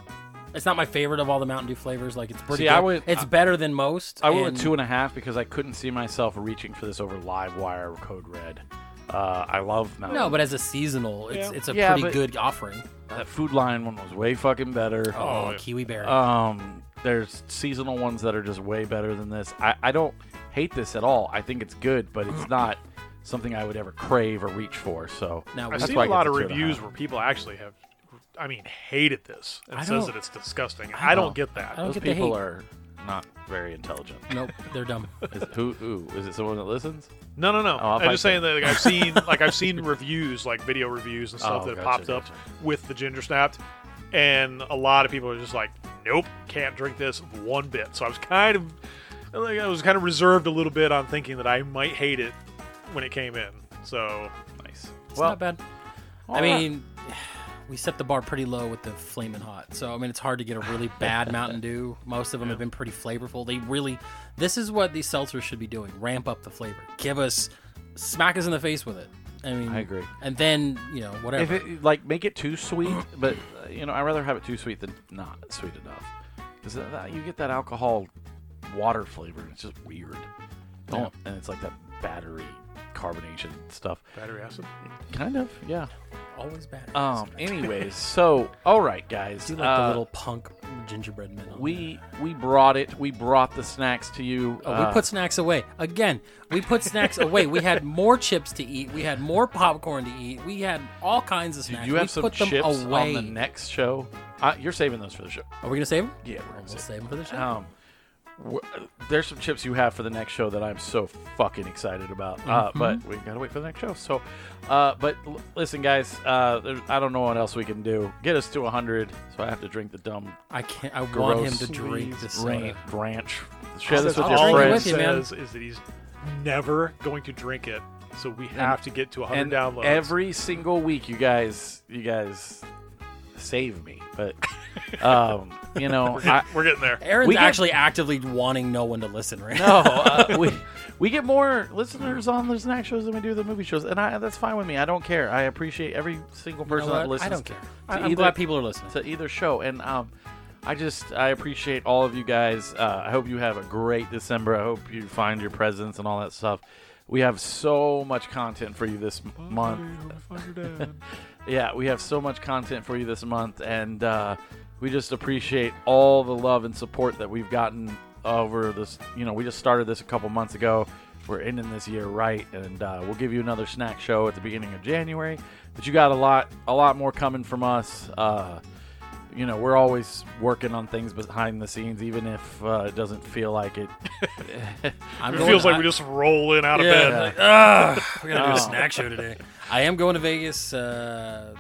It's not my favorite of all the Mountain Dew flavors. Like it's
See,
pretty good.
I would-
it's better than most.
I went
and-
with two and a half because I couldn't see myself reaching for this over Live Wire or Code Red. Uh, I love Mountain.
No, but as a seasonal, it's
Yeah.
it's a
Yeah,
pretty
but-
good offering.
that Food Lion one was way fucking better.
Oh,
yeah.
kiwi berry.
Um, there's seasonal ones that are just way better than this. I, I don't hate this at all. I think it's good, but it's not something I would ever crave or reach for. So
Now,
I've
That's
seen
why
a
I get
lot
the
of
two and a
reviews
half.
where people actually have, I mean, hated this and
I
says
don't-
that it's disgusting.
I
I, don't
don't-
get that.
I don't
Those
get the
people
hate.
are not very intelligent.
nope, they're dumb.
Is, who, who is it? Someone that listens?
No, no, no.
Oh, I'll
I'm just
fight
saying that like,
*laughs*
I've seen like I've seen reviews, like video reviews and stuff
Oh,
that
gotcha,
popped up with the ginger snapped, and a lot of people are just like, "Nope, can't drink this one bit." So I was kind of like I was kind of reserved a little bit on thinking that I might hate it when it came in. So
Nice.
It's not bad. I mean, we set the bar pretty low with the flaming hot, so I mean it's hard to get a
*laughs*
really bad Mountain Dew. Most of them have been pretty flavorful. They really, this is what these seltzers should be doing: ramp up the flavor, give us, smack us in the face with it. I mean,
I agree.
And then you know
if
whatever.
it like make it too sweet, but uh, you know I would rather have it too sweet than not sweet enough because you get that alcohol water flavor and it's just weird. Don't and it's like that battery carbonation stuff.
battery acid.
Kind of, yeah.
Always bad.
Um. Anyways, so all right, guys.
Do like
uh,
the little punk gingerbread men. on there.
we we brought it. We brought the snacks to you.
Oh,
Uh,
we put snacks away again. We put
*laughs*
snacks away. We had more chips to eat. We had more popcorn to eat. We had all kinds of
Do
snacks.
you
we
have some
put them
chips on
away.
the next show? Uh, you're saving those for the show.
Are we gonna save them?
Yeah, we're
we'll
gonna
save them for the show.
Um, w- there's some chips you have for the next show that I'm so fucking excited about. Uh,
Mm-hmm.
but we gotta wait for the next show. So, uh, but l- listen, guys, uh, there's, I don't know what else we can do. Get us to 100, so I have to drink the dumb
I can't. I
gross
want him to drink this soda.
ranch. ranch. Share this with
I'll
your
drink it
friends.
with you, man.
says is that he's never going to drink it. So we have to get to 100
and
downloads.
every single week, you guys, you guys save me.
*laughs*
But, um, you know, I,
we're getting there.
Aaron's
We get-
actually actively wanting no one to listen right *laughs*
No, uh, we we get more listeners on the snack shows than we do the movie shows, and I, that's fine with me. I don't care. I appreciate every single
You know
person
what?
that listens.
I don't care.
To
I'm
either,
glad people are listening.
to either show, and um, I just I appreciate all of you guys. Uh, I hope you have a great December. I hope you find your presents and all that stuff. We have so much content for you this m- month. *laughs* Yeah, we have so much content for you this month, and uh, we just appreciate all the love and support that we've gotten over this. You know, we just started this a couple months ago. We're ending this year right, and uh, we'll give you another snack show at the beginning of January. But you got a lot, a lot more coming from us. Uh, you know, we're always working on things behind the scenes, even if uh, it doesn't feel like it.
I'm
It
going-
feels like
I-
we just roll in out of
yeah,
bed.
like, ah,
*laughs*
we're gonna do
Oh.
a snack show today. I am going to Vegas uh,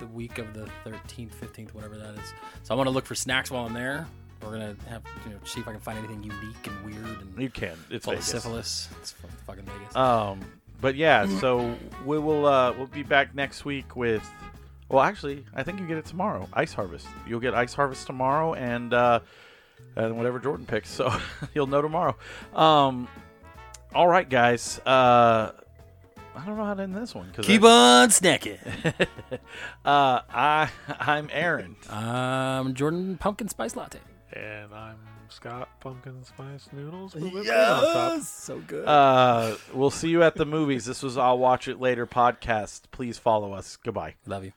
the week of the 13th, 15th, whatever that is. So I want to look for snacks while I'm there. We're gonna have you know see if I can find anything unique and weird and
You can. It's
full of
Vegas.
syphilis. It's fu- fucking Vegas.
Um, but yeah, so we will. Uh, we'll be back next week with. Well, actually, I think you get it tomorrow. Ice harvest. You'll get ice harvest tomorrow, and uh, and whatever Jordan picks. *laughs* So you'll know tomorrow. Um, all right, guys. Uh, I don't know how to end this one because
Keep on snacking.
uh, I I'm Aaron.
Um, Jordan pumpkin spice latte.
And I'm Scott Pumpkin Spice Noodles. But with yeah. on top.
so good.
Uh, we'll see you at the movies. This was I'll watch it later podcast. Please follow us. Goodbye.
Love you.